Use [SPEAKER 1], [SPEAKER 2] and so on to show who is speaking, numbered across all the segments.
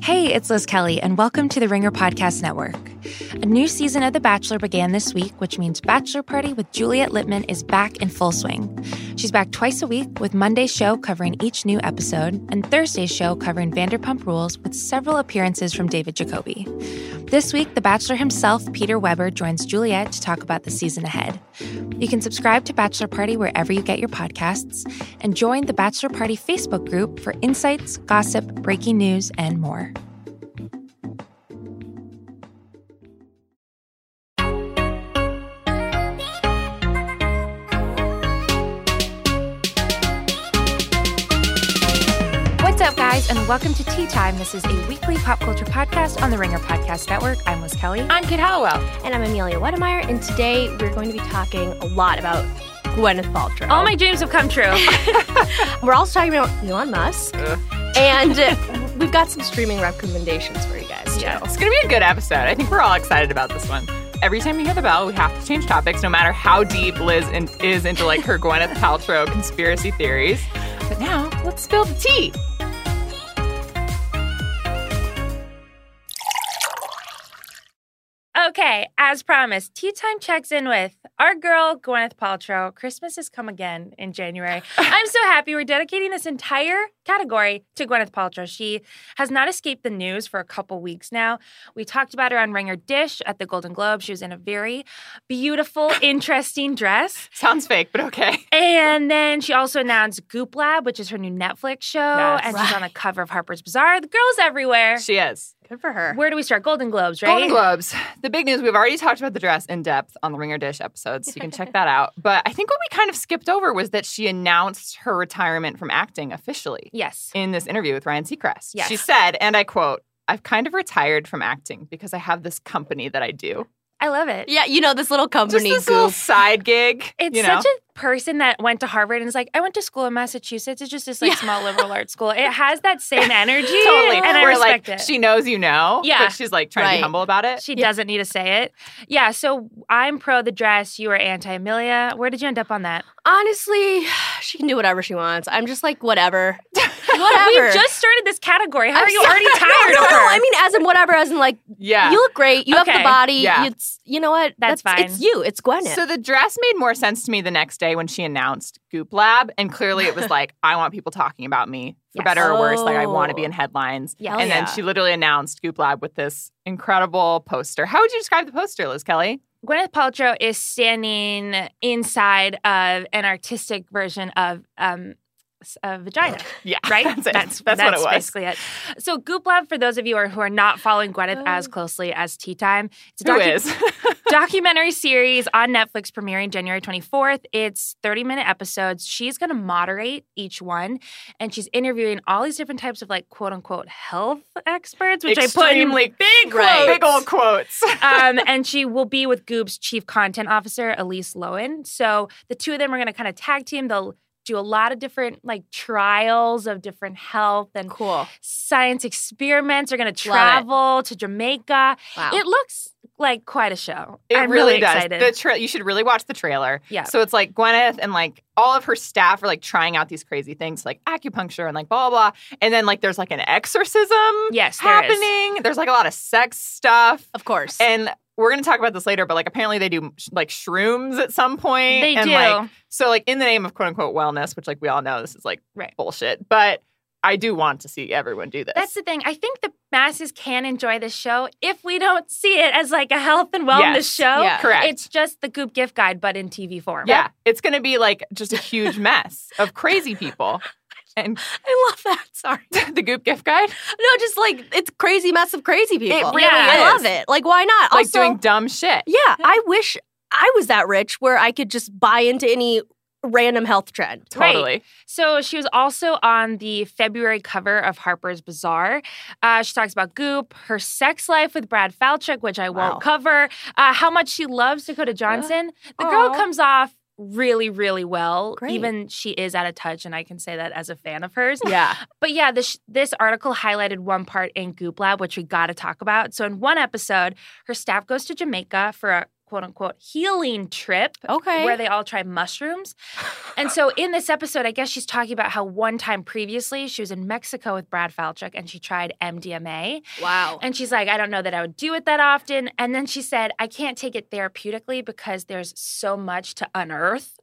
[SPEAKER 1] Hey, it's Liz Kelly, and welcome to the Ringer Podcast Network. A new season of The Bachelor began this week, which means Bachelor Party with Juliet Littman is back in full swing. She's back twice a week, with Monday's show covering each new episode, and Thursday's show covering Vanderpump Rules with several appearances from David Jacoby. This week, The Bachelor himself, Peter Weber, joins Juliet to talk about the season ahead. You can subscribe to Bachelor Party wherever you get your podcasts, and join the Bachelor Party Facebook group for insights, gossip, breaking news, and more. What's up, guys, and welcome to Tea Time. This is a weekly pop culture podcast on the Ringer Podcast Network. I'm Liz Kelly.
[SPEAKER 2] I'm Kate Hallowell.
[SPEAKER 3] And I'm Amelia Wedemeyer, and today we're going to be talking a lot about Gwyneth Paltrow.
[SPEAKER 1] Oh
[SPEAKER 2] All my dreams have come true.
[SPEAKER 3] we're also talking about Elon Musk, and uh, we've got some streaming recommendations for you guys.
[SPEAKER 2] yeah,
[SPEAKER 3] too.
[SPEAKER 2] it's gonna be a good episode. I think we're all excited about this one. Every time you hear the bell, we have to change topics, no matter how deep Liz in- is into like her Gwyneth Paltrow conspiracy theories. But now, let's spill the tea.
[SPEAKER 1] Okay, as promised, Tea Time checks in with our girl, Gwyneth Paltrow. Christmas has come again in January. I'm so happy we're dedicating this entire category to Gwyneth Paltrow. She has not escaped the news for a couple weeks now. We talked about her on Ringer Dish at the Golden Globe. She was in a very beautiful, interesting dress.
[SPEAKER 2] Sounds fake, but okay.
[SPEAKER 1] And then she also announced Goop Lab, which is her new Netflix show.
[SPEAKER 2] Yes.
[SPEAKER 1] And she's on the cover of Harper's Bazaar. The girl's everywhere.
[SPEAKER 2] She is.
[SPEAKER 3] Good for her.
[SPEAKER 1] Where do we start? Golden Globes, right?
[SPEAKER 2] Golden Globes. The big news, we've already talked about the dress in depth on the Ringer Dish episodes. So you can check that out. But I think what we kind of skipped over was that she announced her retirement from acting officially.
[SPEAKER 1] Yes.
[SPEAKER 2] in this interview with Ryan Seacrest.
[SPEAKER 1] Yes.
[SPEAKER 2] She said, and I quote, I've kind of retired from acting because I have this company that I do.
[SPEAKER 1] I love it.
[SPEAKER 3] Yeah, you know this little company
[SPEAKER 2] Just this little
[SPEAKER 3] goof.
[SPEAKER 2] side gig.
[SPEAKER 1] It's
[SPEAKER 2] you know?
[SPEAKER 1] such a person that went to Harvard and is like, I went to school in Massachusetts. It's just this like
[SPEAKER 3] Yeah.
[SPEAKER 1] small liberal arts school. It has that same energy.
[SPEAKER 2] totally.
[SPEAKER 1] And I
[SPEAKER 2] Where,
[SPEAKER 1] respect
[SPEAKER 2] like
[SPEAKER 1] it.
[SPEAKER 2] she knows you know.
[SPEAKER 1] Yeah.
[SPEAKER 2] But she's like trying to be
[SPEAKER 3] Right.
[SPEAKER 2] humble about it.
[SPEAKER 1] she
[SPEAKER 3] Yeah.
[SPEAKER 1] doesn't need to say it. Yeah. So I'm pro the dress. You are anti Amelia. Where did you end up on that?
[SPEAKER 3] Honestly, she can do whatever she wants. I'm just like whatever, whatever.
[SPEAKER 1] We just started this category. How
[SPEAKER 3] I'm
[SPEAKER 1] are you
[SPEAKER 3] so-
[SPEAKER 1] already
[SPEAKER 3] no,
[SPEAKER 1] tired
[SPEAKER 3] no,
[SPEAKER 1] of her?
[SPEAKER 3] no, I mean, as in whatever, as in like
[SPEAKER 2] yeah.
[SPEAKER 3] you look great, you have
[SPEAKER 1] Okay.
[SPEAKER 3] the body,
[SPEAKER 2] Yeah.
[SPEAKER 3] it's you know what?
[SPEAKER 1] That's fine.
[SPEAKER 3] It's you. It's Gwyneth.
[SPEAKER 2] so the dress made more sense to me the next day when she announced Goop Lab, and clearly it was like, I want people talking about me for
[SPEAKER 1] Yes.
[SPEAKER 2] better or worse. Like I want to
[SPEAKER 3] Oh.
[SPEAKER 2] be in headlines.
[SPEAKER 3] yeah.
[SPEAKER 2] and then she literally announced Goop Lab with this incredible poster. How would you describe the poster, Liz Kelly?
[SPEAKER 1] Gwyneth Paltrow is standing inside of an artistic version of um, s- a vagina.
[SPEAKER 2] Yeah,
[SPEAKER 1] right?
[SPEAKER 2] That's it.
[SPEAKER 1] That's,
[SPEAKER 2] That's, what it was.
[SPEAKER 1] basically it. So Goop Lab, for those of you who are not following Gwyneth
[SPEAKER 3] Oh.
[SPEAKER 1] as closely as Tea Time, it's a
[SPEAKER 2] Who
[SPEAKER 1] docu-
[SPEAKER 2] is?
[SPEAKER 1] documentary series on Netflix premiering January 24th. It's 30-minute episodes. She's going to moderate each one, and she's interviewing all these different types of, like, quote-unquote health experts, which I
[SPEAKER 2] Extremely
[SPEAKER 1] put in big
[SPEAKER 3] Right.
[SPEAKER 1] quotes
[SPEAKER 2] Big old quotes.
[SPEAKER 1] um, and she will be with Goop's chief content officer, Elise Lowen. So the two of them are going to kind of tag team. They'll do a lot of different like trials of different health and
[SPEAKER 3] cool.
[SPEAKER 1] science experiments. They're going to
[SPEAKER 3] Love it.
[SPEAKER 1] travel to Jamaica.
[SPEAKER 3] Wow.
[SPEAKER 1] It looks like quite a show.
[SPEAKER 2] It
[SPEAKER 1] I'm
[SPEAKER 2] really,
[SPEAKER 1] really,
[SPEAKER 2] does.
[SPEAKER 1] excited.
[SPEAKER 2] The tra- you should really watch the trailer.
[SPEAKER 1] Yeah.
[SPEAKER 2] So it's like Gwyneth and like all of her staff are like trying out these crazy things like acupuncture and like blah blah. blah. And then like there's like an exorcism
[SPEAKER 1] yes, there is.
[SPEAKER 2] happening. There's like a lot of sex stuff.
[SPEAKER 3] of course.
[SPEAKER 2] And we're gonna talk about this later, but like apparently they do sh- like shrooms at some point.
[SPEAKER 1] They
[SPEAKER 2] and
[SPEAKER 1] do.
[SPEAKER 2] like so like in the name of quote unquote wellness, which like we all know this is like
[SPEAKER 1] Right.
[SPEAKER 2] bullshit. But I do want to see everyone do this.
[SPEAKER 1] That's the thing. I think the masses can enjoy this show if we don't see it as like a health and wellness
[SPEAKER 2] Yes.
[SPEAKER 1] show.
[SPEAKER 3] Yeah.
[SPEAKER 2] correct.
[SPEAKER 1] It's just the Goop gift guide, but in TV form.
[SPEAKER 2] Yeah, it's going to be like just a huge mess of crazy people. And
[SPEAKER 3] I love that. Sorry.
[SPEAKER 2] the Goop gift guide,
[SPEAKER 3] No, just like it's crazy mess of crazy people.
[SPEAKER 2] really
[SPEAKER 1] Yeah.
[SPEAKER 3] I
[SPEAKER 2] is.
[SPEAKER 3] love it. Like why not?
[SPEAKER 2] like
[SPEAKER 3] also,
[SPEAKER 2] doing dumb shit.
[SPEAKER 3] Yeah, I wish I was that rich where I could just buy into any random health trend.
[SPEAKER 1] Right.
[SPEAKER 2] Totally.
[SPEAKER 1] So she was also on the February cover of Harper's Bazaar. Uh, she talks about Goop, her sex life with Brad Falchuk, which I won't
[SPEAKER 3] Wow.
[SPEAKER 1] cover, uh, how much she loves Dakota Johnson. The girl
[SPEAKER 3] Aw.
[SPEAKER 1] comes off really, really well.
[SPEAKER 3] Great.
[SPEAKER 1] Even she is out of touch, and I can say that as a fan of hers.
[SPEAKER 3] Yeah.
[SPEAKER 1] But yeah, this this article highlighted one part in Goop Lab, which we got to talk about. So in one episode, her staff goes to Jamaica for a quote unquote healing trip
[SPEAKER 4] Okay.
[SPEAKER 1] where they all try mushrooms. And so in this episode, I guess she's talking about how one time previously she was in Mexico with Brad Falchuk and she tried MDMA.
[SPEAKER 4] wow.
[SPEAKER 1] And she's like, I don't know that I would do it that often. And then she said, I can't take it therapeutically because there's so much to unearth,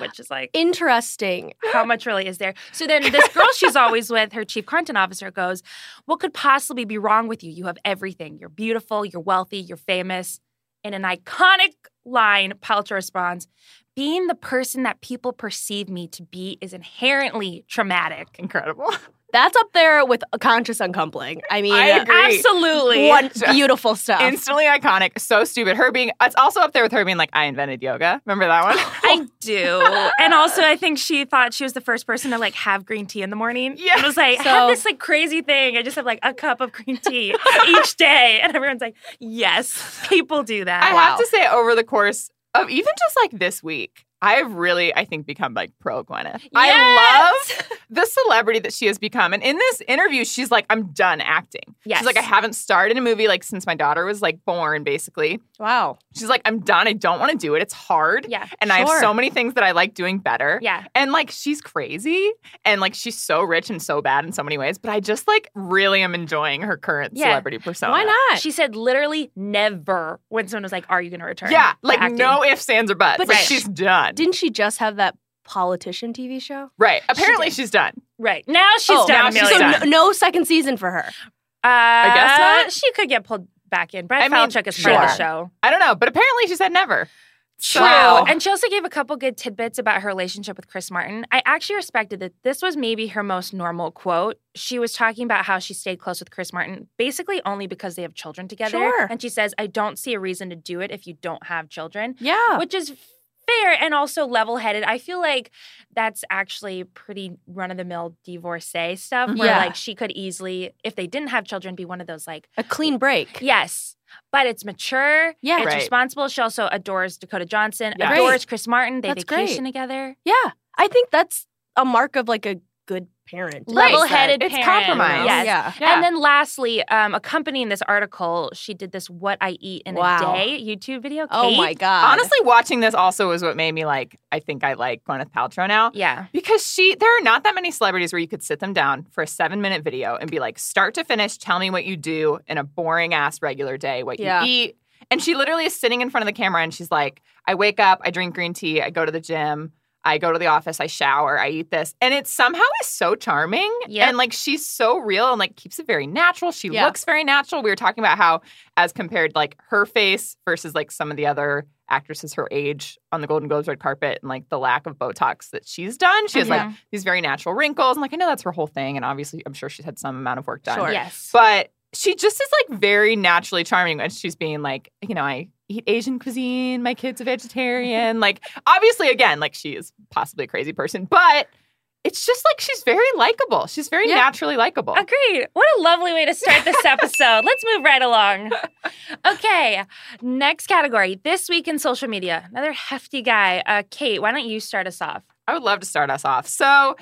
[SPEAKER 1] which is like,
[SPEAKER 3] Interesting.
[SPEAKER 1] how much really is there? So then this girl she's always with, her chief content officer, goes, What could possibly be wrong with you? You have everything. You're beautiful, you're wealthy, you're famous. In an iconic line, Paltrow responds, Being the person that people perceive me to be is inherently traumatic.
[SPEAKER 2] Incredible.
[SPEAKER 3] That's up there with conscious uncoupling. I mean,
[SPEAKER 2] I agree. Great.
[SPEAKER 1] Absolutely.
[SPEAKER 3] one beautiful stuff.
[SPEAKER 2] Instantly iconic. So stupid. Her being, it's also up there with her being like, I invented yoga. Remember that one?
[SPEAKER 1] I do. and also I think she thought she was the first person to like have green tea in the morning.
[SPEAKER 2] Yeah.
[SPEAKER 1] And was like, I
[SPEAKER 3] So-
[SPEAKER 1] have this like crazy thing. I just have like a cup of green tea each day. And everyone's like, Yes, people do that.
[SPEAKER 2] I have to say, over the course of even just like this week, I've really, I think, become like pro Gwyneth. I
[SPEAKER 1] Yes!
[SPEAKER 2] love the celebrity that she has become. And in this interview, she's like, I'm done acting.
[SPEAKER 1] Yes.
[SPEAKER 2] She's like, I haven't starred in a movie like since my daughter was like born, basically.
[SPEAKER 3] wow.
[SPEAKER 2] She's like, I'm done. I don't want to do it. It's hard.
[SPEAKER 1] Yeah.
[SPEAKER 2] And I have
[SPEAKER 3] Sure.
[SPEAKER 2] so many things that I like doing better.
[SPEAKER 1] Yeah.
[SPEAKER 2] And like she's crazy and like she's so rich and so bad in so many ways, but I just like really am enjoying her current
[SPEAKER 1] Yeah.
[SPEAKER 2] celebrity persona.
[SPEAKER 3] Why not?
[SPEAKER 1] She said literally never when someone was like, Are you gonna return?
[SPEAKER 2] Yeah,
[SPEAKER 1] to
[SPEAKER 2] like
[SPEAKER 1] acting?"
[SPEAKER 2] no ifs, ands, or buts.
[SPEAKER 3] But
[SPEAKER 2] like
[SPEAKER 1] Right.
[SPEAKER 2] she's done.
[SPEAKER 3] Didn't she just have that politician TV show?
[SPEAKER 2] Right. Apparently she's done.
[SPEAKER 1] Right. Now she's
[SPEAKER 3] Oh,
[SPEAKER 1] done
[SPEAKER 2] now
[SPEAKER 1] a
[SPEAKER 2] she's
[SPEAKER 1] million.
[SPEAKER 3] so
[SPEAKER 2] done.
[SPEAKER 1] times.
[SPEAKER 3] no, no second season for her.
[SPEAKER 1] Uh,
[SPEAKER 2] guess not.
[SPEAKER 1] She could get pulled back in. Brad
[SPEAKER 2] I mean,
[SPEAKER 1] Falchuk is part of the
[SPEAKER 2] sure.
[SPEAKER 1] show.
[SPEAKER 2] I don't know, but apparently she said never.
[SPEAKER 1] True.
[SPEAKER 2] Wow.
[SPEAKER 1] And she also gave a couple good tidbits about her relationship with Chris Martin. I actually respected that this was maybe her most normal quote. She was talking about how she stayed close with Chris Martin basically only because they have children together.
[SPEAKER 3] Sure.
[SPEAKER 1] And she says, I don't see a reason to do it if you don't have children,
[SPEAKER 3] Yeah.
[SPEAKER 1] which is fair and also level headed. I feel like that's actually pretty run of the mill divorcee stuff where
[SPEAKER 3] Mm-hmm. Yeah.
[SPEAKER 1] like she could easily, if they didn't have children, be one of those like,
[SPEAKER 3] A clean break.
[SPEAKER 1] Yes. But it's mature.
[SPEAKER 3] Yeah.
[SPEAKER 1] It's
[SPEAKER 2] Right.
[SPEAKER 1] responsible. She also adores Dakota Johnson,
[SPEAKER 2] Yeah.
[SPEAKER 1] adores
[SPEAKER 3] Great.
[SPEAKER 1] Chris Martin. They
[SPEAKER 3] That's
[SPEAKER 1] vacation together.
[SPEAKER 3] Yeah. I think that's a mark of like a good parent.
[SPEAKER 2] Right.
[SPEAKER 1] Level headed
[SPEAKER 2] It's compromise.
[SPEAKER 1] Yes.
[SPEAKER 3] Yeah.
[SPEAKER 1] And then lastly, um, accompanying this article, she did this What I Eat in
[SPEAKER 3] Wow.
[SPEAKER 1] a Day YouTube video. Kate.
[SPEAKER 3] Oh my god.
[SPEAKER 2] Honestly, watching this also was what made me like, I think I like Gwyneth Paltrow now.
[SPEAKER 1] Yeah.
[SPEAKER 2] Because she, there are not that many celebrities where you could sit them down for a seven minute video and be like, start to finish, tell me what you do in a boring ass regular day, what
[SPEAKER 3] Yeah.
[SPEAKER 2] you eat. And she literally is sitting in front of the camera and she's like, I wake up, I drink green tea, I go to the gym, I go to the office, I shower, I eat this. And it somehow is so charming.
[SPEAKER 1] Yep.
[SPEAKER 2] And like she's so real and like keeps it very natural. She
[SPEAKER 3] Yeah.
[SPEAKER 2] looks very natural. We were talking about how, as compared like her face versus like some of the other actresses her age on the Golden Globes red carpet and like the lack of Botox that she's done. She has like
[SPEAKER 1] Yeah.
[SPEAKER 2] these very natural wrinkles. And like I know that's her whole thing. And obviously I'm sure she's had some amount of work done.
[SPEAKER 3] Sure.
[SPEAKER 1] Yes.
[SPEAKER 2] But she just is like very naturally charming when she's being like, you know, I eat Asian cuisine, my kid's a vegetarian. like obviously again, like she is possibly a crazy person, but it's just like she's very likable. She's very
[SPEAKER 3] Yeah.
[SPEAKER 2] naturally likable.
[SPEAKER 1] Agreed. Oh, What a lovely way to start this episode. Let's move right along. Okay, next category. This week in social media. Another hefty guy. Uh, Kate, why don't you start us off?
[SPEAKER 2] I would love to start us off. So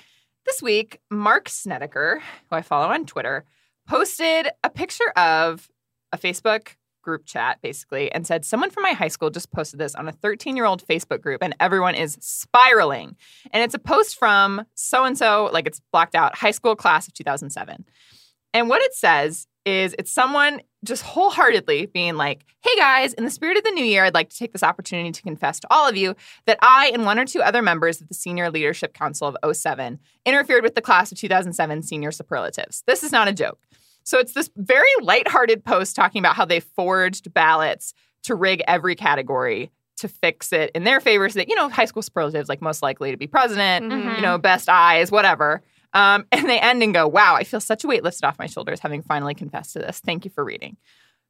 [SPEAKER 2] this week, Mark Snedeker, who I follow on Twitter, posted a picture of a Facebook group chat basically and said someone from my high school just posted this on a 13 year old facebook group and everyone is spiraling and it's a post from so and so like it's blocked out high school class of 2007 and what it says is it's someone just wholeheartedly being like, hey guys, in the spirit of the new year, I'd like to take this opportunity to confess to all of you that I and one or two other members of the Senior Leadership Council of 07 interfered with the class of 2007 senior superlatives. This is not a joke. So it's this very lighthearted post talking about how they forged ballots to rig every category to fix it in their favor so that, you know, high school superlatives, like most likely to be president,
[SPEAKER 1] Mhm.
[SPEAKER 3] Mm-hmm.
[SPEAKER 2] you know, best eyes, whatever. Um, and they end and go, wow, I feel such a weight lifted off my shoulders having finally confessed to this. Thank you for reading.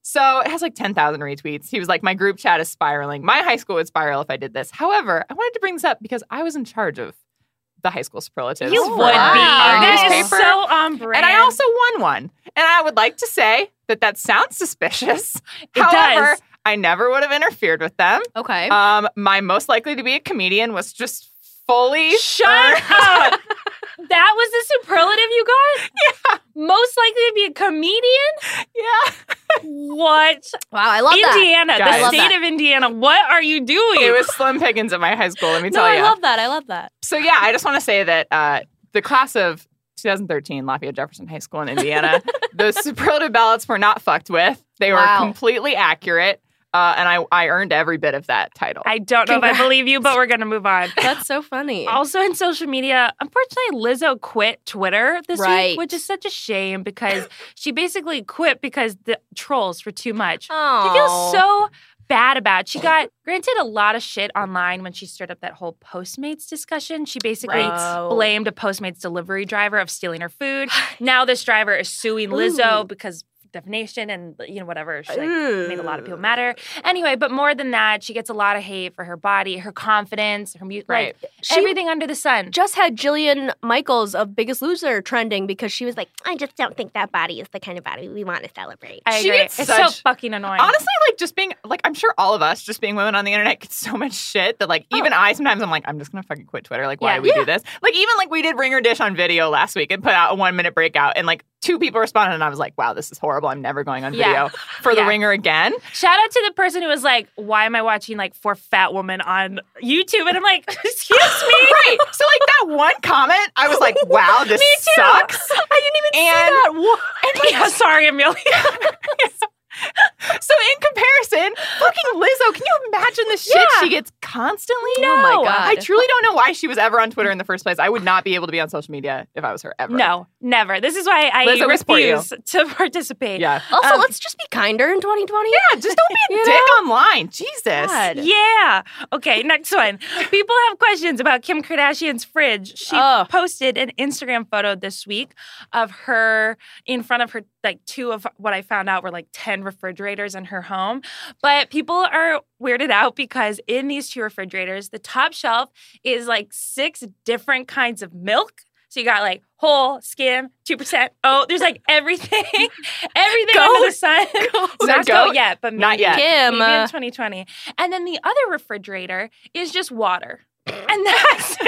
[SPEAKER 2] So it has like 10,000 retweets. He was like, my group chat is spiraling. My high school would spiral if I did this. However, I wanted to bring this up because I was in charge of the high school superlatives.
[SPEAKER 1] You
[SPEAKER 2] for
[SPEAKER 1] would be.
[SPEAKER 3] Wow.
[SPEAKER 2] Our
[SPEAKER 1] That is
[SPEAKER 2] newspaper.
[SPEAKER 1] so on brand.
[SPEAKER 2] and I also won one. And I would like to say that that sounds suspicious.
[SPEAKER 1] It
[SPEAKER 2] However,
[SPEAKER 1] does.
[SPEAKER 2] I never would have interfered with them.
[SPEAKER 3] Okay.
[SPEAKER 2] Um, my most likely to be a comedian was just fully
[SPEAKER 1] Shut up! That was the superlative you got? Yeah. Most likely to be a comedian?
[SPEAKER 2] Yeah.
[SPEAKER 1] What?
[SPEAKER 3] Wow, I love that.
[SPEAKER 1] Indiana,
[SPEAKER 2] Guys. I
[SPEAKER 1] the
[SPEAKER 2] love
[SPEAKER 1] state
[SPEAKER 3] that.
[SPEAKER 1] of Indiana. What are you doing?
[SPEAKER 2] it was slim pickings at my high school. Let me
[SPEAKER 3] No,
[SPEAKER 2] tell
[SPEAKER 3] I
[SPEAKER 2] you.
[SPEAKER 3] love that. I love that.
[SPEAKER 2] so yeah, I just want to say that uh, the class of 2013 Lafayette Jefferson High School in Indiana, those superlative ballots were not fucked with. They were
[SPEAKER 3] Wow.
[SPEAKER 2] completely accurate, uh, and I I earned every bit of that title.
[SPEAKER 1] I don't know if I
[SPEAKER 2] Congrats.
[SPEAKER 1] believe you, but we're going to move on.
[SPEAKER 3] That's so funny.
[SPEAKER 1] Also in social media, unfortunately, Lizzo quit Twitter this
[SPEAKER 3] Right.
[SPEAKER 1] week, which is such a shame because she basically quit because the trolls were too much. I feel
[SPEAKER 3] Aw.
[SPEAKER 1] so bad about. it. She got granted a lot of shit online when she stirred up that whole Postmates discussion. She basically
[SPEAKER 3] Right.
[SPEAKER 1] blamed a Postmates delivery driver of stealing her food. Now this driver is suing Lizzo
[SPEAKER 3] Ooh.
[SPEAKER 1] because defamation and you know whatever. She like made a lot of people mad at her. Anyway, but more than that, she gets a lot of hate for her body, her confidence, her music,
[SPEAKER 2] right.
[SPEAKER 3] She
[SPEAKER 1] everything under the sun.
[SPEAKER 3] just had Jillian Michaels of Biggest Loser trending because she was like, I just don't think that body is the kind of body we want to celebrate.
[SPEAKER 1] I
[SPEAKER 2] She
[SPEAKER 1] agree. It's
[SPEAKER 2] gets
[SPEAKER 1] so
[SPEAKER 2] such-
[SPEAKER 1] fucking annoying.
[SPEAKER 2] Honestly, like just being like, I'm sure all of us just being women on the internet get so much shit that like even I sometimes I'm like, I'm just gonna fucking quit Twitter. Like,
[SPEAKER 1] Oh.
[SPEAKER 2] why
[SPEAKER 1] Yeah.
[SPEAKER 2] do we do this? Like, even like we did Ringer Dish on video last week and put out a one minute breakout, and like two people responded, and I was like, wow, this is horrible. I'm never going on
[SPEAKER 1] Yeah.
[SPEAKER 2] video for the
[SPEAKER 1] Yeah.
[SPEAKER 2] Ringer again.
[SPEAKER 1] Shout out to the person who was like, "Why am I watching like four fat women on YouTube?" And I'm like, "Excuse me."
[SPEAKER 2] right. So like that one comment, I was like, wow, this sucks.
[SPEAKER 3] I didn't even
[SPEAKER 2] And, and like,
[SPEAKER 1] yeah, sorry, Amelia.
[SPEAKER 2] so in comparison, fucking Lizzo, can you imagine the shit
[SPEAKER 1] Yeah.
[SPEAKER 2] she gets constantly?
[SPEAKER 1] Oh my No. God.
[SPEAKER 2] I truly don't know why she was ever on Twitter in the first place. I would not be able to be on social media if I was her ever.
[SPEAKER 1] no, never. This is why I
[SPEAKER 2] Liz, we support you.
[SPEAKER 1] refuse to participate.
[SPEAKER 2] Yeah.
[SPEAKER 3] Also,
[SPEAKER 1] Um,
[SPEAKER 3] let's just be kinder in 2020.
[SPEAKER 2] Yeah, just don't be a
[SPEAKER 3] You
[SPEAKER 2] dick online. Jesus.
[SPEAKER 3] God.
[SPEAKER 1] Yeah. Okay, next one. People have questions about Kim Kardashian's fridge. She
[SPEAKER 3] Oh.
[SPEAKER 1] posted an Instagram photo this week of her in front of her, like two of what I found out were like 10 refrigerators in her home. But people are weirded out because in these two refrigerators, the top shelf is like six different kinds of milk. So you got like whole, skim, 2%. Oh, there's like everything, everything under the sun.
[SPEAKER 2] Is there
[SPEAKER 1] Not goat
[SPEAKER 2] goat?
[SPEAKER 1] yet, but
[SPEAKER 2] Not
[SPEAKER 1] maybe.
[SPEAKER 2] yet.
[SPEAKER 3] Kim.
[SPEAKER 1] Maybe in
[SPEAKER 3] uh,
[SPEAKER 1] 2020. And then the other refrigerator is just water. And that's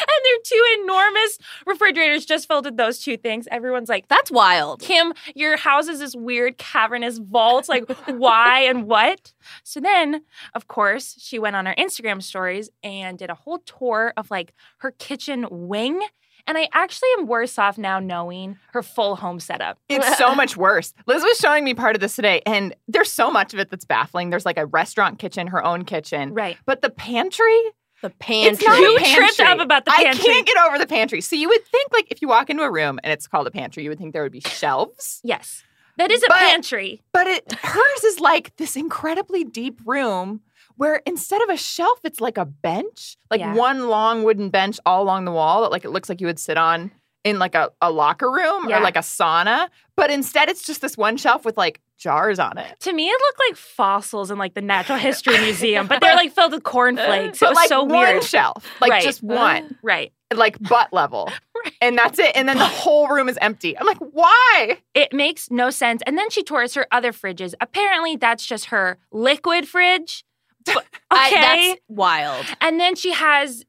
[SPEAKER 1] And they're two enormous refrigerators just filled with those two things. Everyone's like,
[SPEAKER 3] that's wild.
[SPEAKER 1] Kim, your house is this weird cavernous vault. Like, why and what? So then, of course, she went on her Instagram stories and did a whole tour of like her kitchen wing. And I actually am worse off now knowing her full home setup.
[SPEAKER 2] It's so much worse. Liz was showing me part of this today, and there's so much of it that's baffling. There's like a restaurant kitchen, her own kitchen.
[SPEAKER 1] Right.
[SPEAKER 2] But the pantry,
[SPEAKER 3] The pantry.
[SPEAKER 2] It's not
[SPEAKER 1] You
[SPEAKER 2] a pantry.
[SPEAKER 1] tripped up about the
[SPEAKER 2] I
[SPEAKER 1] pantry.
[SPEAKER 2] can't get over the pantry. So you would think, like, if you walk into a room and it's called a pantry, you would think there would be shelves.
[SPEAKER 1] Yes. That is a
[SPEAKER 2] But-
[SPEAKER 1] pantry.
[SPEAKER 2] But it hers is like this incredibly deep room where instead of a shelf, it's like a bench, like
[SPEAKER 1] Yeah.
[SPEAKER 2] one long wooden bench all along the wall that like it looks like you would sit on in like a, a locker room
[SPEAKER 1] Yeah.
[SPEAKER 2] or like a sauna. But instead it's just this one shelf with like jars on it.
[SPEAKER 1] To me, it looked like fossils in like the Natural History Museum, but they're like filled with cornflakes. It
[SPEAKER 2] but
[SPEAKER 1] was
[SPEAKER 2] like
[SPEAKER 1] so
[SPEAKER 2] one
[SPEAKER 1] weird.
[SPEAKER 2] shelf, like
[SPEAKER 1] Right.
[SPEAKER 2] just one,
[SPEAKER 1] Right.
[SPEAKER 2] like butt level, and that's it. And then the whole room is empty. I'm like, why?
[SPEAKER 1] It makes no sense. And then she tours her other fridges. Apparently, that's just her liquid fridge. But- Okay.
[SPEAKER 3] I- that's wild.
[SPEAKER 1] and then she has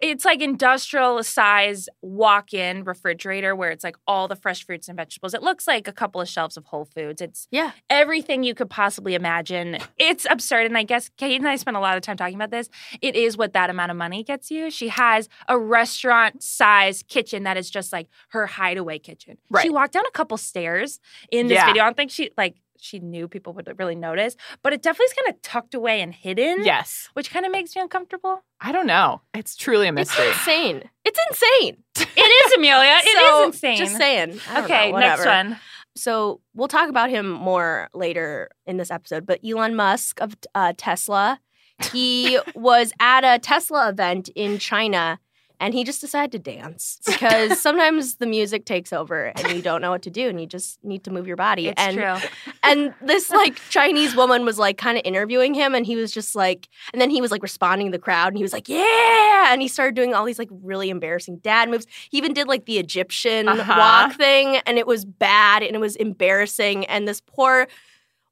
[SPEAKER 1] it's like industrial size walk-in refrigerator where it's like all the fresh fruits and vegetables. It looks like a couple of shelves of Whole Foods. It's
[SPEAKER 3] Yeah.
[SPEAKER 1] everything you could possibly imagine. It's absurd. And I guess Kate and I spent a lot of time talking about this. It is what that amount of money gets you. She has a restaurant size kitchen that is just like her hideaway kitchen. She
[SPEAKER 2] Right.
[SPEAKER 1] walked down a couple stairs in this
[SPEAKER 2] Yeah.
[SPEAKER 1] video. I don't think she like she knew people would really notice, but it definitely is kind of tucked away and hidden.
[SPEAKER 2] Yes.
[SPEAKER 1] Which kind of makes me uncomfortable.
[SPEAKER 2] I don't know. It's truly a
[SPEAKER 3] It's
[SPEAKER 2] mystery.
[SPEAKER 3] insane. It's insane.
[SPEAKER 1] It is, Amelia. Uh, It is
[SPEAKER 3] So,
[SPEAKER 1] insane.
[SPEAKER 3] Just saying. I don't
[SPEAKER 1] okay,
[SPEAKER 3] know,
[SPEAKER 1] next
[SPEAKER 3] whatever.
[SPEAKER 1] one.
[SPEAKER 3] So we'll talk about him more later in this episode. But Elon Musk of uh, Tesla, he was at a Tesla event in China, and he just decided to dance because sometimes the music takes over and you don't know what to do, and you just need to move your body.
[SPEAKER 1] It's
[SPEAKER 3] and
[SPEAKER 1] true.
[SPEAKER 3] and this like Chinese woman was like kind of interviewing him, and he was just like, and then he was like responding to the crowd, and he was like, yeah, and he started doing all these like really embarrassing dad moves. He even did like the Egyptian
[SPEAKER 2] Uh-huh.
[SPEAKER 3] walk thing, and it was bad and it was embarrassing, and this poor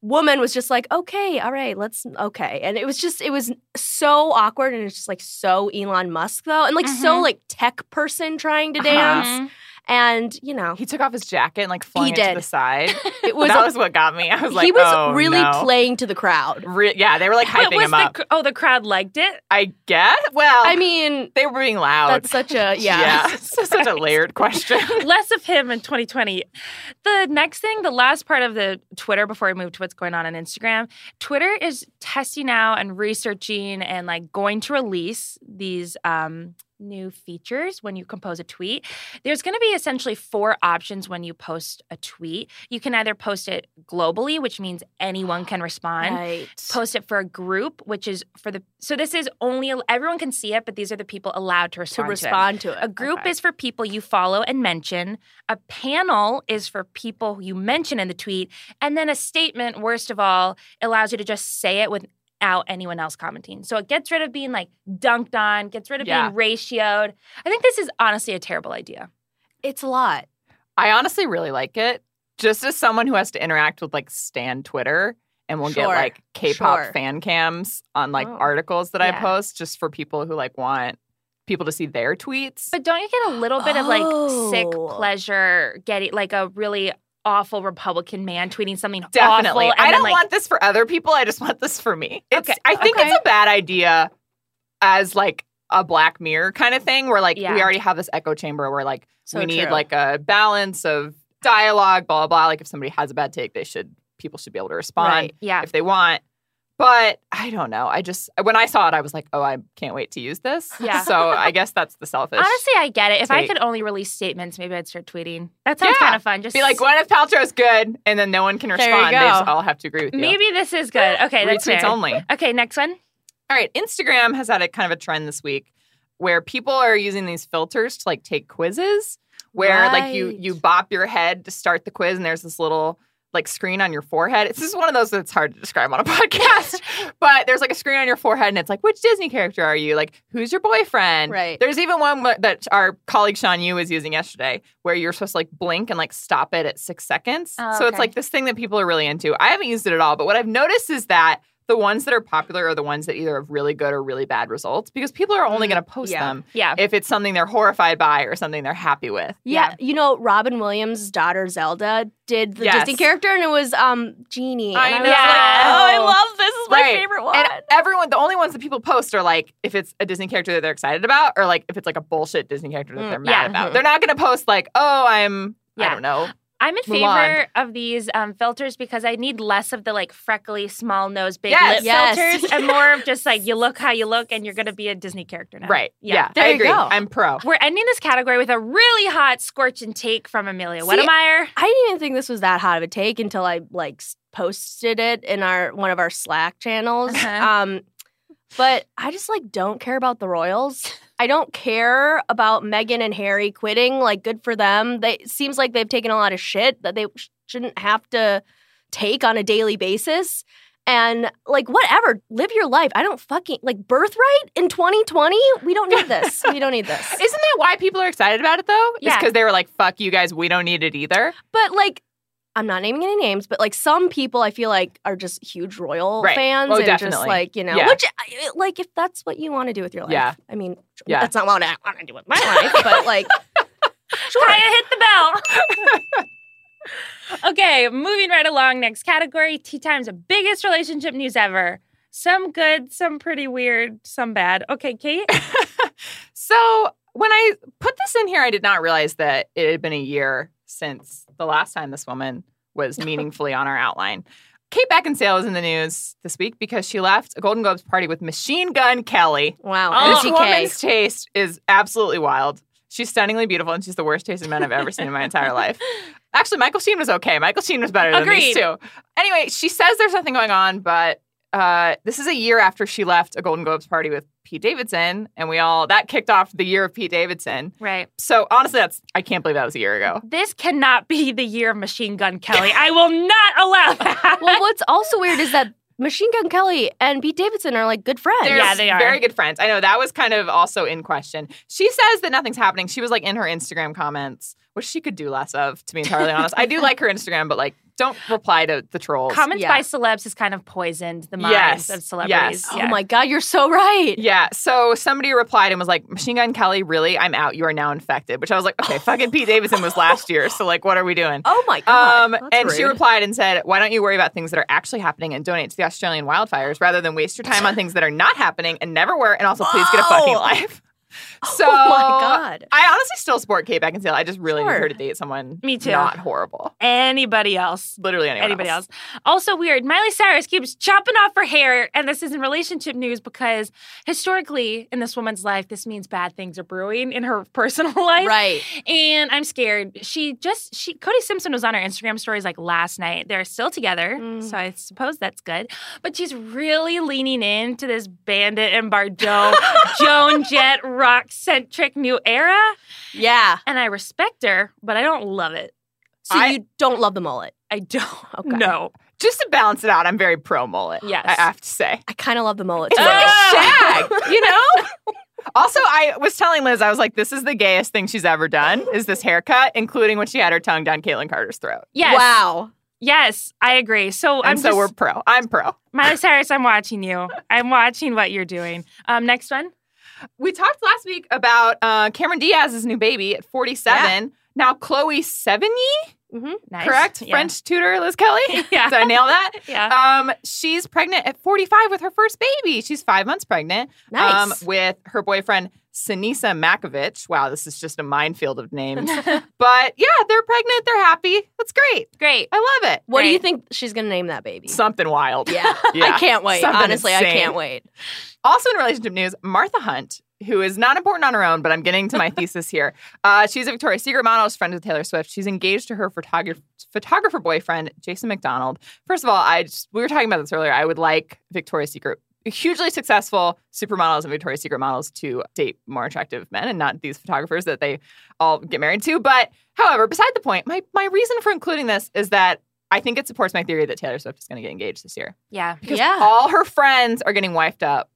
[SPEAKER 3] woman was just like, okay, all right, let's okay, and it was just it was so awkward, and it's just like so Elon Musk though, and like so
[SPEAKER 1] Mhm.
[SPEAKER 3] like tech person trying to
[SPEAKER 2] Mm-hmm. Uh-huh.
[SPEAKER 3] dance.
[SPEAKER 1] Mhm.
[SPEAKER 3] And, you know,
[SPEAKER 2] He took off his jacket and like flung
[SPEAKER 3] He
[SPEAKER 2] it to
[SPEAKER 3] did.
[SPEAKER 2] the side.
[SPEAKER 3] it was,
[SPEAKER 2] that
[SPEAKER 3] a-
[SPEAKER 2] was what got me. I was like,
[SPEAKER 3] he was
[SPEAKER 2] oh,
[SPEAKER 3] really
[SPEAKER 2] no.
[SPEAKER 3] playing to the crowd.
[SPEAKER 2] Re- yeah, they were like
[SPEAKER 1] But
[SPEAKER 2] hyping
[SPEAKER 1] was
[SPEAKER 2] him
[SPEAKER 1] the
[SPEAKER 2] up.
[SPEAKER 1] cr- oh the crowd liked it?
[SPEAKER 2] I guess. Well,
[SPEAKER 3] I mean,
[SPEAKER 2] they were being loud.
[SPEAKER 3] that's such a, yeah.
[SPEAKER 2] it's such a layered question.
[SPEAKER 1] Less of him in 2020. The next thing, the last part of the Twitter before we move to what's going on on Instagram, Twitter is testing out and researching and like going to release these um, new features when you compose a tweet. There's going to be essentially four options when you post a tweet. You can either post it globally, which means anyone can respond
[SPEAKER 3] Right.
[SPEAKER 1] post it for a group, which is for the so this is only everyone can see it, but these are the people allowed to respond. To
[SPEAKER 3] to
[SPEAKER 1] it.
[SPEAKER 3] respond to it.
[SPEAKER 1] A group
[SPEAKER 3] Okay.
[SPEAKER 1] is for people you follow and mention. A panel is for people who you mention in the tweet, and then a statement. Worst of all, allows you to just say it without anyone else commenting. So it gets rid of being like dunked on, gets rid of
[SPEAKER 2] Yeah.
[SPEAKER 1] being ratioed. I think this is honestly a terrible idea.
[SPEAKER 3] It's a lot.
[SPEAKER 2] I honestly really like it. Just as someone who has to interact with like Stan Twitter and will get
[SPEAKER 3] Sure.
[SPEAKER 2] like K-pop
[SPEAKER 3] Sure.
[SPEAKER 2] fan cams on like
[SPEAKER 1] Oh.
[SPEAKER 2] articles that I
[SPEAKER 1] Yeah.
[SPEAKER 2] post just for people who like want people to see their tweets.
[SPEAKER 1] But don't you get a little bit of like sick
[SPEAKER 3] Oh.
[SPEAKER 1] pleasure getting like a really awful Republican man tweeting something
[SPEAKER 2] Definitely.
[SPEAKER 1] awful? and
[SPEAKER 2] I
[SPEAKER 1] then,
[SPEAKER 2] don't
[SPEAKER 1] like,
[SPEAKER 2] want this for other people. I just want this for me. It's,
[SPEAKER 1] Okay.
[SPEAKER 2] I think
[SPEAKER 1] Okay.
[SPEAKER 2] it's a bad idea as like a black mirror kind of thing where like
[SPEAKER 1] Yeah.
[SPEAKER 2] we already have this echo chamber where like
[SPEAKER 3] So
[SPEAKER 2] we need
[SPEAKER 3] true.
[SPEAKER 2] like a balance of dialogue, blah, blah, blah. Like if somebody has a bad take, they should people should be able to respond
[SPEAKER 3] Right.
[SPEAKER 1] yeah.
[SPEAKER 2] if they want. But I don't know. I just when I saw it, I was like, oh, I can't wait to use this.
[SPEAKER 1] Yeah.
[SPEAKER 2] So I guess that's the selfish.
[SPEAKER 1] Honestly, I get it. If I
[SPEAKER 2] take.
[SPEAKER 1] could only release statements, maybe I'd start tweeting. That sounds
[SPEAKER 2] Yeah.
[SPEAKER 1] kind of fun. Just
[SPEAKER 2] be like Gwyneth Paltrow's good, and then no one can
[SPEAKER 3] There you
[SPEAKER 2] respond. They
[SPEAKER 3] go.
[SPEAKER 2] just all have to agree with you.
[SPEAKER 1] maybe this is good. Okay, that's
[SPEAKER 2] retweets
[SPEAKER 1] fair.
[SPEAKER 2] only.
[SPEAKER 1] Okay, next one.
[SPEAKER 2] All right, Instagram has had a kind of a trend this week where people are using these filters to like take quizzes where like you
[SPEAKER 3] Right.
[SPEAKER 2] you bop your head to start the quiz and there's this little like screen on your forehead. It's just one of those that's hard to describe on a podcast. but there's like a screen on your forehead and it's like which Disney character are you? Like who's your boyfriend?
[SPEAKER 3] Right.
[SPEAKER 2] There's even one wh- that our colleague Sean Yu was using yesterday where you're supposed to like blink and like stop it at 6 seconds.
[SPEAKER 1] Oh,
[SPEAKER 2] So it's
[SPEAKER 1] okay.
[SPEAKER 2] like this thing that people are really into. I haven't used it at all, but what I've noticed is that the ones that are popular are the ones that either have really good or really bad results because people are only
[SPEAKER 3] Mm,
[SPEAKER 2] going to post
[SPEAKER 3] yeah.
[SPEAKER 2] them
[SPEAKER 1] Yeah.
[SPEAKER 2] if it's something they're horrified by or something they're happy with.
[SPEAKER 3] Yeah,
[SPEAKER 1] Yeah.
[SPEAKER 3] you know, Robin Williams' daughter Zelda did the
[SPEAKER 2] Yes.
[SPEAKER 3] Disney character, and it was um Genie.
[SPEAKER 2] I
[SPEAKER 3] and
[SPEAKER 2] know.
[SPEAKER 3] Was like,
[SPEAKER 1] Yeah.
[SPEAKER 3] oh, I love this. This is
[SPEAKER 2] Right.
[SPEAKER 3] my favorite one.
[SPEAKER 2] And everyone, the only ones that people post are like if it's a Disney character that they're excited about or like if it's like a bullshit Disney character that
[SPEAKER 3] Mm,
[SPEAKER 2] they're mad
[SPEAKER 1] yeah.
[SPEAKER 2] about.
[SPEAKER 3] Mhm.
[SPEAKER 2] They're not going to post like, oh, I'm, I
[SPEAKER 1] Yeah.
[SPEAKER 2] don't know.
[SPEAKER 1] I'm in
[SPEAKER 2] Mulan.
[SPEAKER 1] favor of these um, filters because I need less of the like freckly, small nose, big
[SPEAKER 2] Yes.
[SPEAKER 1] lip
[SPEAKER 3] Yes.
[SPEAKER 1] filters and more of just like you look how you look and you're going to be a Disney character now.
[SPEAKER 2] Right. Yeah.
[SPEAKER 1] Yeah.
[SPEAKER 3] There
[SPEAKER 2] I
[SPEAKER 3] you
[SPEAKER 2] agree.
[SPEAKER 3] go.
[SPEAKER 2] I'm pro.
[SPEAKER 1] We're ending this category with a really hot scorch and take from Amelia
[SPEAKER 3] See,
[SPEAKER 1] Wedemeyer.
[SPEAKER 3] I didn't even think this was that hot of a take until I like s- posted it in our one of our Slack channels.
[SPEAKER 1] Uh-huh.
[SPEAKER 3] Um, but I just like don't care about the royals. I don't care about Meghan and Harry quitting. Like, good for them. They seems like they've taken a lot of shit that they sh- shouldn't have to take on a daily basis. And like, whatever, live your life. I don't fucking like birthright in 2020. We don't need this. we don't need this.
[SPEAKER 2] Isn't that why people are excited about it though?
[SPEAKER 1] Yeah.
[SPEAKER 2] because they were like, fuck you guys, we don't need it either.
[SPEAKER 3] But like, I'm not naming any names, but like some people I feel like are just huge royal
[SPEAKER 2] Right.
[SPEAKER 3] fans
[SPEAKER 2] Oh,
[SPEAKER 3] and just
[SPEAKER 2] definitely.
[SPEAKER 3] like, you know,
[SPEAKER 2] Yeah.
[SPEAKER 3] which I- like if that's what you want to do with your life.
[SPEAKER 2] Yeah.
[SPEAKER 3] I mean,
[SPEAKER 2] Yeah.
[SPEAKER 3] that's not what I want to do with my life, but like
[SPEAKER 1] Kaya hit the bell. okay, moving right along. Next category: Tea Time's biggest relationship news ever. Some good, some pretty weird, some bad. Okay, Kate.
[SPEAKER 2] So when I put this in here, I did not realize that it had been a year since the last time this woman was meaningfully on our outline. Kate Beckinsale is in the news this week because she left a Golden Globes party with Machine Gun Kelly.
[SPEAKER 3] wow,
[SPEAKER 1] Oh.
[SPEAKER 2] And this
[SPEAKER 3] MGK.
[SPEAKER 2] woman's taste is absolutely wild. She's stunningly beautiful, and she's the worst tasted man I've ever seen in my entire life. Actually, Michael Sheen was okay. Michael Sheen was better than these
[SPEAKER 1] Agreed.
[SPEAKER 2] two. Anyway, she says there's nothing going on, but uh, this is a year after she left a Golden Globes party with Pete Davidson, and we all that kicked off the year of Pete Davidson.
[SPEAKER 1] Right.
[SPEAKER 2] So honestly, that's I can't believe that was a year ago.
[SPEAKER 1] This cannot be the year of Machine Gun Kelly. I will not allow that.
[SPEAKER 3] Well, what's also weird is that Machine Gun Kelly and Pete Davidson are like good friends.
[SPEAKER 2] They're
[SPEAKER 1] Yeah, they are.
[SPEAKER 2] very good friends. I know that was kind of also in question. She says that nothing's happening. She was like in her Instagram comments, which she could do less of, to be entirely honest. I do like her Instagram, but like Don't reply to the trolls.
[SPEAKER 1] Comments
[SPEAKER 3] Yeah.
[SPEAKER 1] by celebs has kind of poisoned the minds
[SPEAKER 2] Yes,
[SPEAKER 1] of celebrities.
[SPEAKER 2] yes.
[SPEAKER 3] Oh
[SPEAKER 1] Yeah.
[SPEAKER 3] my God, you're so right.
[SPEAKER 2] yeah. So somebody replied and was like, Machine Gun Kelly, really? I'm out. You are now infected. Which I was like, okay, fucking Pete Davidson was last year. So, like, what are we doing?
[SPEAKER 3] Oh my God.
[SPEAKER 2] Um,
[SPEAKER 3] That's
[SPEAKER 2] and she
[SPEAKER 3] rude.
[SPEAKER 2] replied and said, Why don't you worry about things that are actually happening and donate to the Australian wildfires rather than waste your time on things that are not happening and never were? And also, please get a fucking
[SPEAKER 3] Whoa.
[SPEAKER 2] life. So,
[SPEAKER 3] oh my God.
[SPEAKER 2] I honestly still support Kate Beckinsale. I just really need
[SPEAKER 3] Sure.
[SPEAKER 2] her to date someone
[SPEAKER 1] Me too.
[SPEAKER 2] not horrible.
[SPEAKER 1] Anybody else?
[SPEAKER 2] Literally anyone
[SPEAKER 1] Anybody else. Also weird. Miley Cyrus keeps chopping off her hair, and this is in relationship news because historically in this woman's life, this means bad things are brewing in her personal life.
[SPEAKER 3] Right.
[SPEAKER 1] And I'm scared. She just she Cody Simpson was on her Instagram stories like last night. They're still together,
[SPEAKER 3] Mm.
[SPEAKER 1] so I suppose that's good. But she's really leaning into this Bandit and Bardot, Joan Jett rock centric new era,
[SPEAKER 3] Yeah.
[SPEAKER 1] and I respect her, but I don't love it.
[SPEAKER 3] So
[SPEAKER 2] I-
[SPEAKER 3] you don't love the mullet.
[SPEAKER 1] I don't.
[SPEAKER 3] Okay.
[SPEAKER 1] No.
[SPEAKER 2] Just to balance it out, I'm very pro mullet.
[SPEAKER 1] Yes.
[SPEAKER 2] I have to say.
[SPEAKER 3] I kind of love the mullet.
[SPEAKER 2] It's
[SPEAKER 3] too.
[SPEAKER 2] like
[SPEAKER 1] Ah!
[SPEAKER 2] a shag, you know? also, I was telling Liz, I was like, this is the gayest thing she's ever done is this haircut, including when she had her tongue down Caitlyn Carter's throat.
[SPEAKER 1] Yes.
[SPEAKER 3] Wow.
[SPEAKER 1] Yes, I agree. So
[SPEAKER 2] And
[SPEAKER 1] I'm
[SPEAKER 2] so
[SPEAKER 1] just,
[SPEAKER 2] we're pro. I'm pro.
[SPEAKER 1] Miley Cyrus. I'm watching you. I'm watching what you're doing. Um, next one.
[SPEAKER 2] We talked last week about uh, Cameron Diaz's new baby at 47. Now, Chloe Sevigny,
[SPEAKER 1] Nice.
[SPEAKER 2] correct?
[SPEAKER 1] Yeah.
[SPEAKER 2] French tutor, Liz Kelly.
[SPEAKER 1] Yeah.
[SPEAKER 2] Did I nail that?
[SPEAKER 1] Yeah.
[SPEAKER 2] Um, she's pregnant at 45 with her first baby. She's five months pregnant.
[SPEAKER 3] Nice.
[SPEAKER 2] Um, with her boyfriend Sinisa Makovich. Wow, this is just a minefield of names. but yeah, they're pregnant. They're happy. That's great.
[SPEAKER 1] Great.
[SPEAKER 2] I love it.
[SPEAKER 3] what do you
[SPEAKER 1] right.
[SPEAKER 3] think she's going to name that baby?
[SPEAKER 2] Something wild.
[SPEAKER 3] yeah.
[SPEAKER 2] Yeah.
[SPEAKER 3] I can't wait.
[SPEAKER 2] Something
[SPEAKER 3] Honestly, I
[SPEAKER 2] insane.
[SPEAKER 3] can't wait.
[SPEAKER 2] Also in relationship news, Martha Hunt, who is not important on her own, but I'm getting to my thesis here. Uh, she's a Victoria's Secret model. She's friends with Taylor Swift. She's engaged to her photographer photographer boyfriend Jason McDonald. First of all, I just, we were talking about this earlier. I would like Victoria's Secret. Hugely successful supermodels and Victoria's Secret models to date more attractive men and not these photographers that they all get married to. But however, beside the point, my, my reason for including this is that I think it supports my theory that Taylor Swift is going to get engaged this year.
[SPEAKER 1] Yeah.
[SPEAKER 2] Because
[SPEAKER 3] Yeah.
[SPEAKER 2] all her friends are getting wifed up.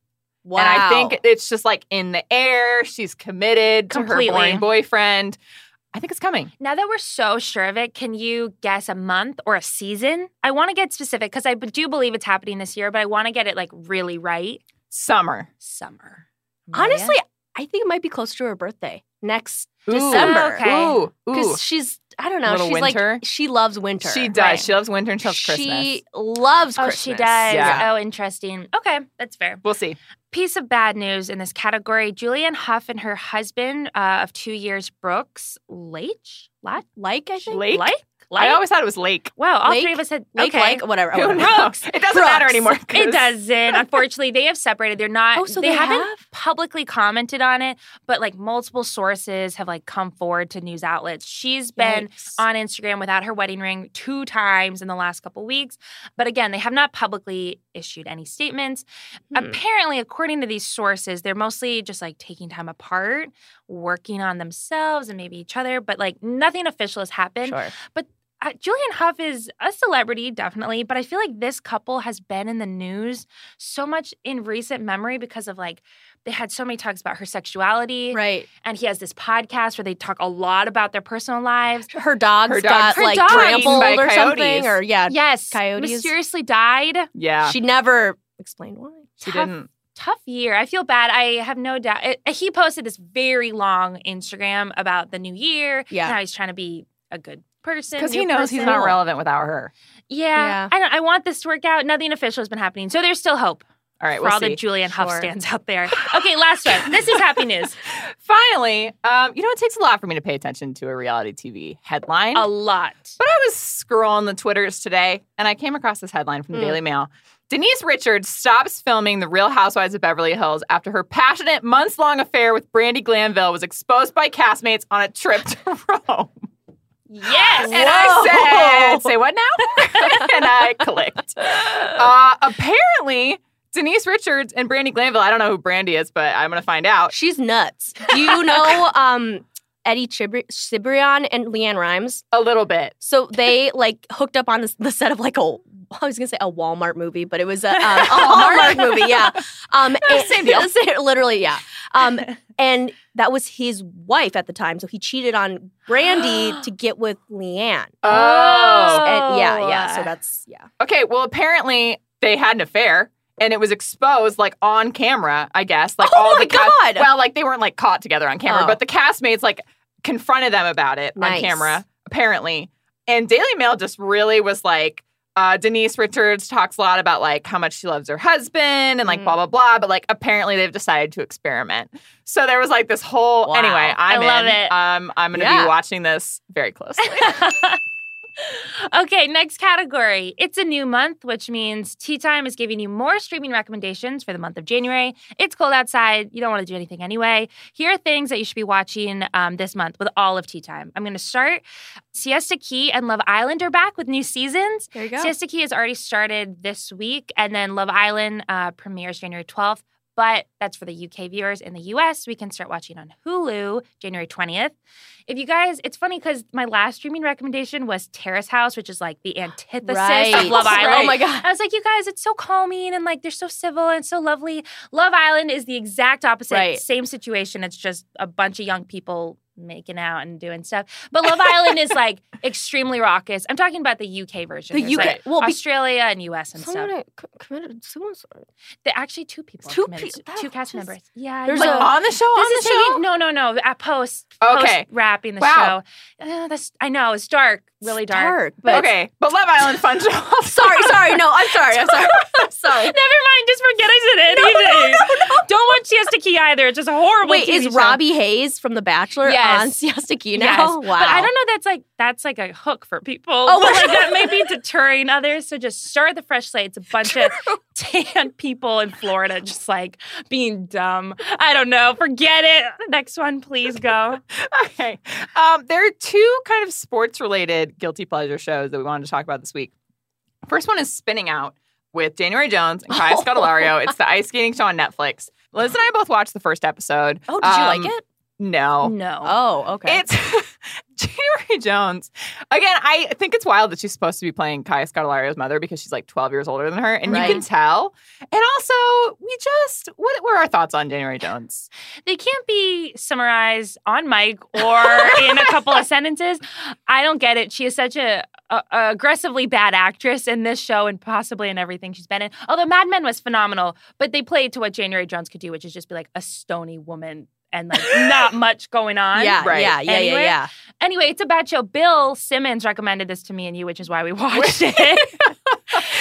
[SPEAKER 3] Wow.
[SPEAKER 2] And I think it's just like in the air. She's committed
[SPEAKER 1] Completely.
[SPEAKER 2] to her boring boyfriend. I think it's coming.
[SPEAKER 1] Now that we're so sure of it, can you guess a month or a season? I want to get specific because I b- do believe it's happening this year, but I want to get it like really right.
[SPEAKER 2] Summer.
[SPEAKER 1] Summer. Amelia?
[SPEAKER 3] honestly, I think it might be close to her birthday next
[SPEAKER 2] Ooh.
[SPEAKER 3] December.
[SPEAKER 1] Okay.
[SPEAKER 2] Ooh. Ooh.
[SPEAKER 3] Because she's, I don't know,
[SPEAKER 2] Little
[SPEAKER 3] she's
[SPEAKER 2] winter.
[SPEAKER 3] like, she loves winter.
[SPEAKER 2] She does.
[SPEAKER 1] Right.
[SPEAKER 2] She loves winter and she loves Christmas.
[SPEAKER 3] She loves
[SPEAKER 1] Oh,
[SPEAKER 3] Christmas.
[SPEAKER 1] she does.
[SPEAKER 2] Yeah.
[SPEAKER 1] Oh, interesting. Okay, that's fair.
[SPEAKER 2] We'll see.
[SPEAKER 1] Piece of bad news in this category: Julianne Huff and her husband uh, of two years, Brooks Leach, Lach,
[SPEAKER 3] Like, I think.
[SPEAKER 2] Lake?
[SPEAKER 1] Like,
[SPEAKER 2] I
[SPEAKER 1] Like.
[SPEAKER 2] always thought it was Lake.
[SPEAKER 1] Wow, all
[SPEAKER 3] Lake?
[SPEAKER 1] three of us said
[SPEAKER 3] Like,
[SPEAKER 1] okay.
[SPEAKER 3] like, whatever.
[SPEAKER 2] Who
[SPEAKER 3] whatever.
[SPEAKER 2] knows? It doesn't matter
[SPEAKER 3] Brooks.
[SPEAKER 2] anymore.
[SPEAKER 1] It
[SPEAKER 2] 'cause-
[SPEAKER 1] doesn't. Unfortunately, they have separated. They're not.
[SPEAKER 3] Oh, so
[SPEAKER 1] they,
[SPEAKER 3] they
[SPEAKER 1] haven't
[SPEAKER 3] have?
[SPEAKER 1] publicly commented on it, but like multiple sources have like come forward to news outlets. She's been
[SPEAKER 3] Yikes.
[SPEAKER 1] on Instagram without her wedding ring two times in the last couple weeks, but again, they have not publicly issued any statements.
[SPEAKER 3] Hmm.
[SPEAKER 1] Apparently, according to these sources, they're mostly just like taking time apart, working on themselves and maybe each other, but like nothing official has happened
[SPEAKER 2] Sure.
[SPEAKER 1] uh, Julian Huff is a celebrity, definitely, but I feel like this couple has been in the news so much in recent memory because of like they had so many talks about her sexuality,
[SPEAKER 3] Right.
[SPEAKER 1] and he has this podcast where they talk a lot about their personal lives.
[SPEAKER 3] Her dog's
[SPEAKER 2] Her dog-
[SPEAKER 3] got
[SPEAKER 1] her
[SPEAKER 3] like
[SPEAKER 1] dog was eaten
[SPEAKER 3] trampled
[SPEAKER 2] by
[SPEAKER 3] or something.
[SPEAKER 2] coyotes.
[SPEAKER 3] Or, yeah.
[SPEAKER 1] Yes,
[SPEAKER 3] coyotes.
[SPEAKER 1] mysteriously died.
[SPEAKER 2] Yeah.
[SPEAKER 3] She never explained why.
[SPEAKER 2] She
[SPEAKER 1] Tough
[SPEAKER 2] didn't.
[SPEAKER 1] tough year. I feel bad. I have no doubt. It, he posted this very long Instagram about the new year.
[SPEAKER 3] Yeah.
[SPEAKER 1] and how he's trying to be a good person
[SPEAKER 2] Because
[SPEAKER 1] new
[SPEAKER 2] he knows he's
[SPEAKER 1] person.
[SPEAKER 2] not relevant without her.
[SPEAKER 1] Yeah,
[SPEAKER 3] Yeah.
[SPEAKER 1] I don't. I want this to work out. Nothing official has been happening, so there's still hope.
[SPEAKER 2] All right.
[SPEAKER 1] for
[SPEAKER 2] We'll
[SPEAKER 1] all
[SPEAKER 2] see.
[SPEAKER 1] the Julian Huff
[SPEAKER 3] Sure.
[SPEAKER 1] stands out there. Okay, last one. This is happy news.
[SPEAKER 2] Finally, um, you know, it takes a lot for me to pay attention to a reality TV headline.
[SPEAKER 1] A lot.
[SPEAKER 2] But I was scrolling the Twitters today and I came across this headline from the
[SPEAKER 3] Hmm.
[SPEAKER 2] Daily Mail. Denise Richards stops filming The Real Housewives of Beverly Hills after her passionate months long affair with Brandy Glanville was exposed by castmates on a trip to Rome.
[SPEAKER 1] Yes.
[SPEAKER 2] And I said, Say what now? and I clicked. Uh, apparently, Denise Richards and Brandy Glanville, I don't know who Brandy is, but I'm going to find out.
[SPEAKER 3] She's nuts. Do you know um, Eddie Chibri- Cibrian and Leanne Rhymes?
[SPEAKER 2] A little bit.
[SPEAKER 3] So they like hooked up on this, the set of like a I was gonna say a Walmart movie, but it was a, um, a Hallmark movie. Yeah, um, and-
[SPEAKER 2] Same deal.
[SPEAKER 3] literally, yeah. Um, and that was his wife at the time, so he cheated on Brandy to get with Leanne.
[SPEAKER 2] Oh.
[SPEAKER 3] And yeah, yeah. So that's yeah.
[SPEAKER 2] Okay, well, apparently they had an affair and it was exposed like on camera, I guess. Like
[SPEAKER 3] Oh
[SPEAKER 2] all
[SPEAKER 3] my
[SPEAKER 2] the ca-
[SPEAKER 3] God!
[SPEAKER 2] Well, like they weren't like caught together on camera,
[SPEAKER 3] Oh.
[SPEAKER 2] but the castmates like confronted them about it
[SPEAKER 3] Nice.
[SPEAKER 2] on camera, apparently. And Daily Mail just really was like, uh, Denise Richards talks a lot about like how much she loves her husband and like
[SPEAKER 3] Mm.
[SPEAKER 2] blah blah blah, but like apparently they've decided to experiment. So there was like this whole
[SPEAKER 3] Wow.
[SPEAKER 2] anyway. I'm
[SPEAKER 1] I love
[SPEAKER 2] in.
[SPEAKER 1] it.
[SPEAKER 2] Um, I'm gonna
[SPEAKER 3] Yeah.
[SPEAKER 2] be watching this very closely.
[SPEAKER 1] okay, next category. It's a new month, which means Tea Time is giving you more streaming recommendations for the month of January. It's cold outside. You don't want to do anything anyway. Here are things that you should be watching um, this month with all of Tea Time. I'm going to start. Siesta Key and Love Island are back with new seasons.
[SPEAKER 3] There you
[SPEAKER 1] Siesta Key has already started this week, and then Love Island uh, premieres January 12th. But that's for the UK viewers. In the US, we can start watching on Hulu January 20th. If you guys, it's funny because my last streaming recommendation was Terrace House, which is like the antithesis of Love
[SPEAKER 2] Right.
[SPEAKER 1] Island.
[SPEAKER 3] Oh my god.
[SPEAKER 1] I was like, you guys, it's so calming and like they're so civil and so lovely. Love Island is the exact opposite.
[SPEAKER 3] Right.
[SPEAKER 1] Same situation. It's just a bunch of young people making out and doing stuff. But Love Island is like extremely raucous. I'm talking about the UK version.
[SPEAKER 3] The
[SPEAKER 1] There's,
[SPEAKER 3] UK.
[SPEAKER 1] like,
[SPEAKER 3] well, be-
[SPEAKER 1] Australia and US and stuff.
[SPEAKER 3] someone c- committed suicide.
[SPEAKER 1] They're actually two people.
[SPEAKER 3] Two
[SPEAKER 1] committed
[SPEAKER 3] peo-
[SPEAKER 1] to-
[SPEAKER 3] that
[SPEAKER 1] two cast
[SPEAKER 3] just-
[SPEAKER 1] members. Yeah. I
[SPEAKER 3] There's
[SPEAKER 1] know.
[SPEAKER 2] like
[SPEAKER 3] a-
[SPEAKER 2] on the show, on
[SPEAKER 1] this
[SPEAKER 2] the
[SPEAKER 1] is
[SPEAKER 2] show.
[SPEAKER 1] taking, no, no, no. At post,
[SPEAKER 2] Okay.
[SPEAKER 1] post wrapping the
[SPEAKER 2] Wow.
[SPEAKER 1] show. Uh, that's I know it's dark, really
[SPEAKER 3] It's
[SPEAKER 1] dark.
[SPEAKER 3] but
[SPEAKER 2] okay, but Love Island Fun Show.
[SPEAKER 3] sorry, sorry. No, I'm sorry. I'm sorry. I'm sorry.
[SPEAKER 1] Never mind, just forget I said anything. Don't watch Siesta Key either. It's just a horrible.
[SPEAKER 3] Wait,
[SPEAKER 1] TV
[SPEAKER 3] is
[SPEAKER 1] show.
[SPEAKER 3] Robbie Hayes from The Bachelor
[SPEAKER 1] Yes.
[SPEAKER 3] on Siesta Key
[SPEAKER 1] Yes.
[SPEAKER 3] now? Wow.
[SPEAKER 1] But I don't know. That's like that's like a hook for people.
[SPEAKER 3] Oh,
[SPEAKER 1] But,
[SPEAKER 3] wow.
[SPEAKER 1] like, that may be deterring others. So just start the fresh slate. It's a bunch of tan people in Florida, just like being dumb. I don't know. Forget it. Next one, please go.
[SPEAKER 2] okay. Um, there are two kind of sports related guilty pleasure shows that we wanted to talk about this week. First one is Spinning Out with January Jones and Kaya
[SPEAKER 3] Oh.
[SPEAKER 2] Scodelario. It's the ice skating show on Netflix. Liz and I both watched the first episode.
[SPEAKER 3] Oh, did you
[SPEAKER 2] Um,
[SPEAKER 3] like it?
[SPEAKER 2] No.
[SPEAKER 1] No.
[SPEAKER 3] Oh, okay.
[SPEAKER 2] It's January Jones. Again, I think it's wild that she's supposed to be playing Kaya Scodelario's mother because she's like 12 years older than her, and
[SPEAKER 3] Right.
[SPEAKER 2] you can tell. And also, we just, what were our thoughts on January Jones?
[SPEAKER 1] they can't be summarized on mic or in a couple of sentences. I don't get it. She is such a, a, a aggressively bad actress in this show and possibly in everything she's been in. Although Mad Men was phenomenal, but they played to what January Jones could do, which is just be like a stony woman and like not much going on.
[SPEAKER 3] yeah,
[SPEAKER 2] right.
[SPEAKER 3] yeah, yeah,
[SPEAKER 1] Anyway,
[SPEAKER 3] yeah,
[SPEAKER 1] Anyway, it's a bad show. Bill Simmons recommended this to me and you, which is why we watched it.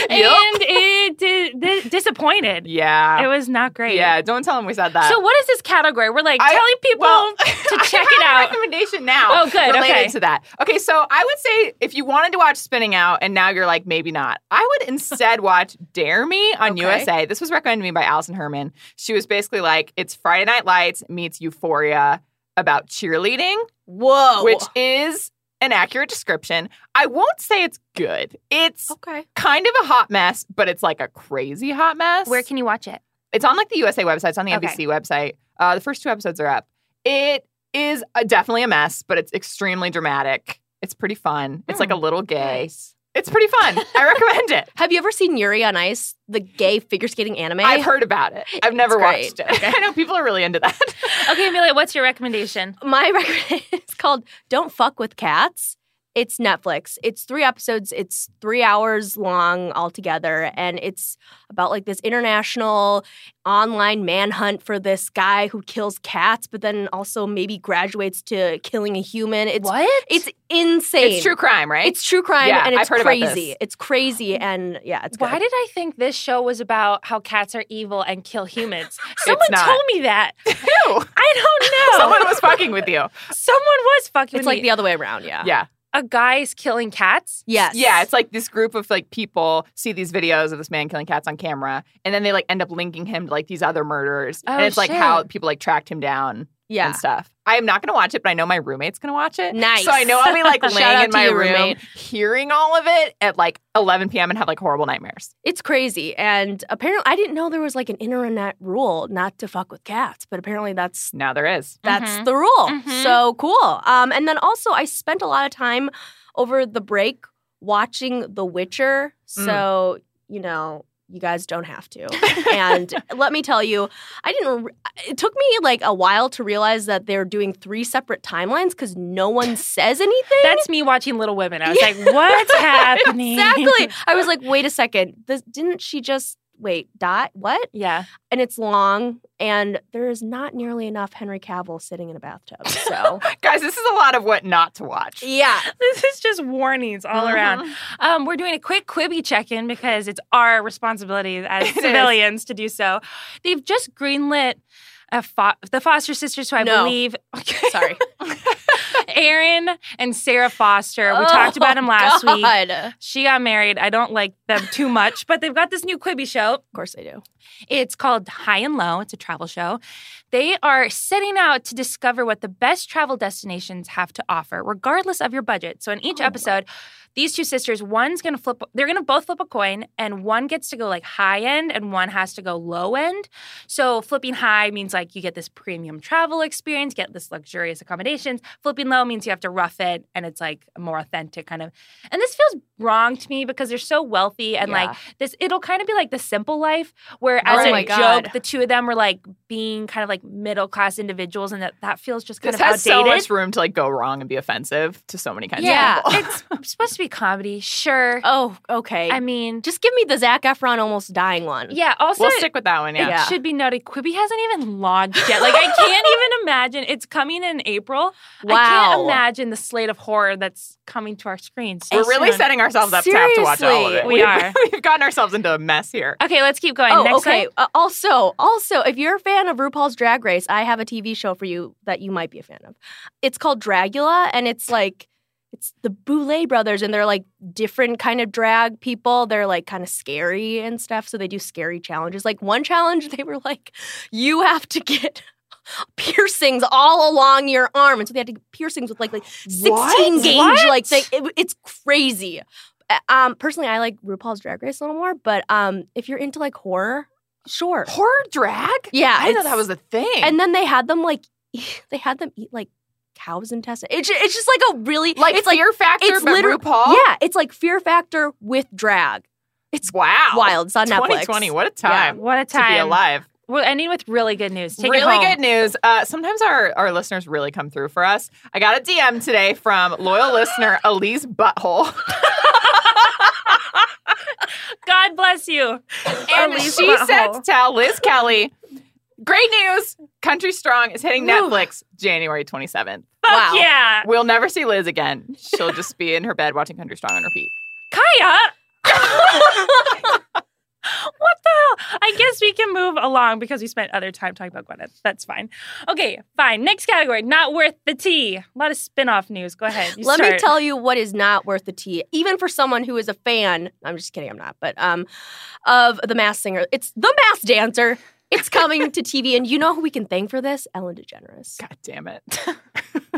[SPEAKER 1] And it did, di- disappointed.
[SPEAKER 2] Yeah.
[SPEAKER 1] It was not great.
[SPEAKER 2] Yeah, don't tell him we said that.
[SPEAKER 1] So what is this category? We're like
[SPEAKER 2] I-
[SPEAKER 1] telling people
[SPEAKER 2] well,
[SPEAKER 1] to check
[SPEAKER 2] I
[SPEAKER 1] it
[SPEAKER 2] have a
[SPEAKER 1] out.
[SPEAKER 2] recommendation now.
[SPEAKER 1] Oh, good,
[SPEAKER 2] Related
[SPEAKER 1] okay.
[SPEAKER 2] to that. Okay, so I would say if you wanted to watch Spinning Out and now you're like, maybe not, I would instead watch Dare Me on
[SPEAKER 3] Okay.
[SPEAKER 2] USA. This was recommended to me by Allison Herman. She was basically like, it's Friday Night Lights meets Euphoria about cheerleading,
[SPEAKER 1] Oh.
[SPEAKER 3] Whoa.
[SPEAKER 2] which is an accurate description. I won't say it's good. It's
[SPEAKER 1] Oh.
[SPEAKER 3] okay.
[SPEAKER 2] kind of a hot mess, but it's like a crazy hot mess.
[SPEAKER 1] Where can you watch it?
[SPEAKER 2] It's on like the USA website. It's on the
[SPEAKER 1] Okay.
[SPEAKER 2] NBC website. Uh, the first two episodes are up. It is a, definitely a mess, but it's extremely dramatic. It's pretty fun. It's like a
[SPEAKER 1] Hmm.
[SPEAKER 2] little gay. It's pretty fun. I recommend it.
[SPEAKER 3] Have you ever seen Yuri on Ice, the gay figure skating anime?
[SPEAKER 2] I've heard about it. I've never
[SPEAKER 3] It's great.
[SPEAKER 2] watched it. I know people are really into that.
[SPEAKER 1] Okay, Amelia, what's your recommendation?
[SPEAKER 3] My record is called "Don't Fuck with Cats." It's Netflix. It's three episodes. It's three hours long altogether, and it's about like this international online manhunt for this guy who kills cats, but then also maybe graduates to killing a human. It's
[SPEAKER 1] what?
[SPEAKER 3] it's insane.
[SPEAKER 2] It's true crime, right?
[SPEAKER 3] It's true crime,
[SPEAKER 2] Yeah,
[SPEAKER 3] and it's
[SPEAKER 2] I've heard about
[SPEAKER 3] crazy.
[SPEAKER 2] this.
[SPEAKER 3] It's crazy, and yeah, it's
[SPEAKER 1] Why
[SPEAKER 3] good.
[SPEAKER 1] did I think this show was about how cats are evil and kill humans? Someone
[SPEAKER 2] not.
[SPEAKER 1] told me that.
[SPEAKER 2] Ew.
[SPEAKER 1] I don't know.
[SPEAKER 2] Someone was fucking with you.
[SPEAKER 1] Someone was fucking.
[SPEAKER 3] it's
[SPEAKER 1] with
[SPEAKER 3] like
[SPEAKER 1] me.
[SPEAKER 3] the other way around. Yeah.
[SPEAKER 2] Yeah.
[SPEAKER 1] a guy's killing cats.
[SPEAKER 3] Yes.
[SPEAKER 2] Yeah. It's like this group of like people see these videos of this man killing cats on camera and then they like end up linking him to like these other murderers.
[SPEAKER 1] Oh,
[SPEAKER 2] and it's like
[SPEAKER 1] shit.
[SPEAKER 2] how people like tracked him down.
[SPEAKER 3] yeah.
[SPEAKER 2] and stuff. I am not going to watch it, but I know my roommate's going to watch it.
[SPEAKER 3] Nice.
[SPEAKER 2] So I know I'll be like
[SPEAKER 3] Shout
[SPEAKER 2] laying
[SPEAKER 3] out
[SPEAKER 2] in
[SPEAKER 3] to
[SPEAKER 2] my
[SPEAKER 3] your
[SPEAKER 2] room,
[SPEAKER 3] roommate.
[SPEAKER 2] hearing all of it at like 11 p.m. and have like horrible nightmares.
[SPEAKER 3] It's crazy, and apparently I didn't know there was like an internet rule not to fuck with cats, but apparently that's
[SPEAKER 2] Now there is.
[SPEAKER 3] that's
[SPEAKER 1] Mhm.
[SPEAKER 3] the rule.
[SPEAKER 1] Mhm.
[SPEAKER 3] So cool. Um, and then also I spent a lot of time over the break watching The Witcher.
[SPEAKER 1] Mm.
[SPEAKER 3] So, you know, you guys don't have to. and let me tell you, I didn't. re- It took me like a while to realize that they're doing three separate timelines because no one says anything.
[SPEAKER 1] That's me watching Little Women. I was like, what's happening?
[SPEAKER 3] exactly. I was like, wait a second. This, didn't she just wait? Dot what?
[SPEAKER 1] Yeah.
[SPEAKER 3] And it's long, and there is not nearly enough Henry Cavill sitting in a bathtub. So
[SPEAKER 2] Guys, this is a lot of what not to watch.
[SPEAKER 3] yeah,
[SPEAKER 1] This is just warnings all around.
[SPEAKER 2] Mhm.
[SPEAKER 1] Um, we're doing a quick Quibi check in because it's our responsibility as
[SPEAKER 2] It is.
[SPEAKER 1] civilians to do so. They've just greenlit a fo- the Foster sisters, who I
[SPEAKER 3] No.
[SPEAKER 1] believe, okay,
[SPEAKER 3] sorry.
[SPEAKER 1] Aaron and Sarah Foster. We talked about them last
[SPEAKER 3] Oh,
[SPEAKER 1] week.
[SPEAKER 3] God. Of
[SPEAKER 1] She got married. I don't like them too much, but they've got this new Quibi show.
[SPEAKER 3] course I do.
[SPEAKER 1] It's called High and Low. It's a travel show. They are setting out to discover what the best travel destinations have to offer, regardless of your budget. So in each
[SPEAKER 3] Oh, wow.
[SPEAKER 1] episode, these two sisters, one's gonna flip, they're gonna both flip a coin, and one gets to go like high end and one has to go low end. So flipping high means like you get this premium travel experience, get this luxurious accommodations. Flipping low means you have to rough it and it's like a more authentic kind of. And this feels wrong to me because they're so wealthy and like this it'll kind of be like the simple life where as
[SPEAKER 2] Oh
[SPEAKER 1] a
[SPEAKER 2] my
[SPEAKER 3] God.
[SPEAKER 1] joke the two of them were like being kind of like middle class individuals and that, that feels just kind
[SPEAKER 2] This
[SPEAKER 1] of
[SPEAKER 2] has so
[SPEAKER 1] outdated
[SPEAKER 2] much room to like go wrong and be offensive to so many kinds
[SPEAKER 3] Yeah.
[SPEAKER 2] of people.
[SPEAKER 1] it's supposed to be comedy sure
[SPEAKER 3] Oh, okay.
[SPEAKER 1] i mean
[SPEAKER 3] Just give me the Zach Efron almost dying one.
[SPEAKER 1] yeah also
[SPEAKER 2] Mm. we'll stick with that one. Yeah.
[SPEAKER 1] it should be noted quibi hasn't even launched yet like i can't even imagine it's coming in april
[SPEAKER 3] Wow.
[SPEAKER 1] i can't imagine the slate of horror that's coming to our screens so
[SPEAKER 2] We're really
[SPEAKER 1] soon.
[SPEAKER 2] setting ourselves up to have to watch all of it.
[SPEAKER 1] Seriously. We
[SPEAKER 2] We've-
[SPEAKER 1] are.
[SPEAKER 2] We've gotten ourselves into a mess here.
[SPEAKER 1] okay let's keep going
[SPEAKER 3] Oh,
[SPEAKER 1] next
[SPEAKER 3] okay.
[SPEAKER 1] one.
[SPEAKER 3] Uh, also, also, if you're a fan of RuPaul's Drag Race, I have a TV show for you that you might be a fan of. It's called Dragula, and it's like it's the Boulet brothers, and they're like different kind of drag people. They're like kind of scary and stuff, so they do scary challenges. Like one challenge, they were like, you have to get. Piercings all along your arm, and so they had to get piercings with like like sixteen
[SPEAKER 2] What?
[SPEAKER 3] gauge
[SPEAKER 2] What?
[SPEAKER 3] like thing. It- it's crazy. Uh, Um, personally, I like RuPaul's Drag Race a little more, but um, if you're into like horror, sure.
[SPEAKER 2] Horror drag?
[SPEAKER 3] Yeah,
[SPEAKER 2] I thought
[SPEAKER 3] it's-
[SPEAKER 2] that was a thing.
[SPEAKER 3] And then they had them like, they had them eat like cows' intestines. It's it's just like a really
[SPEAKER 2] like
[SPEAKER 3] it's like
[SPEAKER 2] Fear Factor,
[SPEAKER 3] it's
[SPEAKER 2] but
[SPEAKER 3] liter-
[SPEAKER 2] RuPaul.
[SPEAKER 3] yeah, it's like Fear Factor with drag. It's
[SPEAKER 2] Wow.
[SPEAKER 3] wild. It's on Netflix.
[SPEAKER 2] 2020. What a time
[SPEAKER 1] what a
[SPEAKER 2] to be
[SPEAKER 1] time
[SPEAKER 2] alive.
[SPEAKER 1] we're ending with really good news Take it
[SPEAKER 2] really
[SPEAKER 1] home.
[SPEAKER 2] good news. Uh, sometimes our, our listeners really come through for us. I got a DM today from loyal listener Elise Butthole.
[SPEAKER 1] god bless you
[SPEAKER 2] And
[SPEAKER 1] Elise
[SPEAKER 2] she said to
[SPEAKER 1] Butthole.
[SPEAKER 2] tell Liz Kelly, great news. Country Strong is hitting
[SPEAKER 3] Woo.
[SPEAKER 2] Netflix January 27th.
[SPEAKER 3] Wow.
[SPEAKER 1] yeah
[SPEAKER 2] We'll never see Liz again. She'll just be in her bed watching Country Strong on repeat.
[SPEAKER 1] Kaya. what the hell? I guess we can move along because we spent other time talking about Gwyneth. That's fine. Okay, fine. Next category, not worth the tea. A lot of spin-off news. Go ahead. You
[SPEAKER 3] Let me
[SPEAKER 1] start.
[SPEAKER 3] tell you what is not worth the tea, even for someone who is a fan. I'm just kidding, I'm not, but um, of the Mass Singer. It's the Mass Dancer. It's coming to TV, and you know who we can thank for this? Ellen DeGeneres.
[SPEAKER 2] God damn it.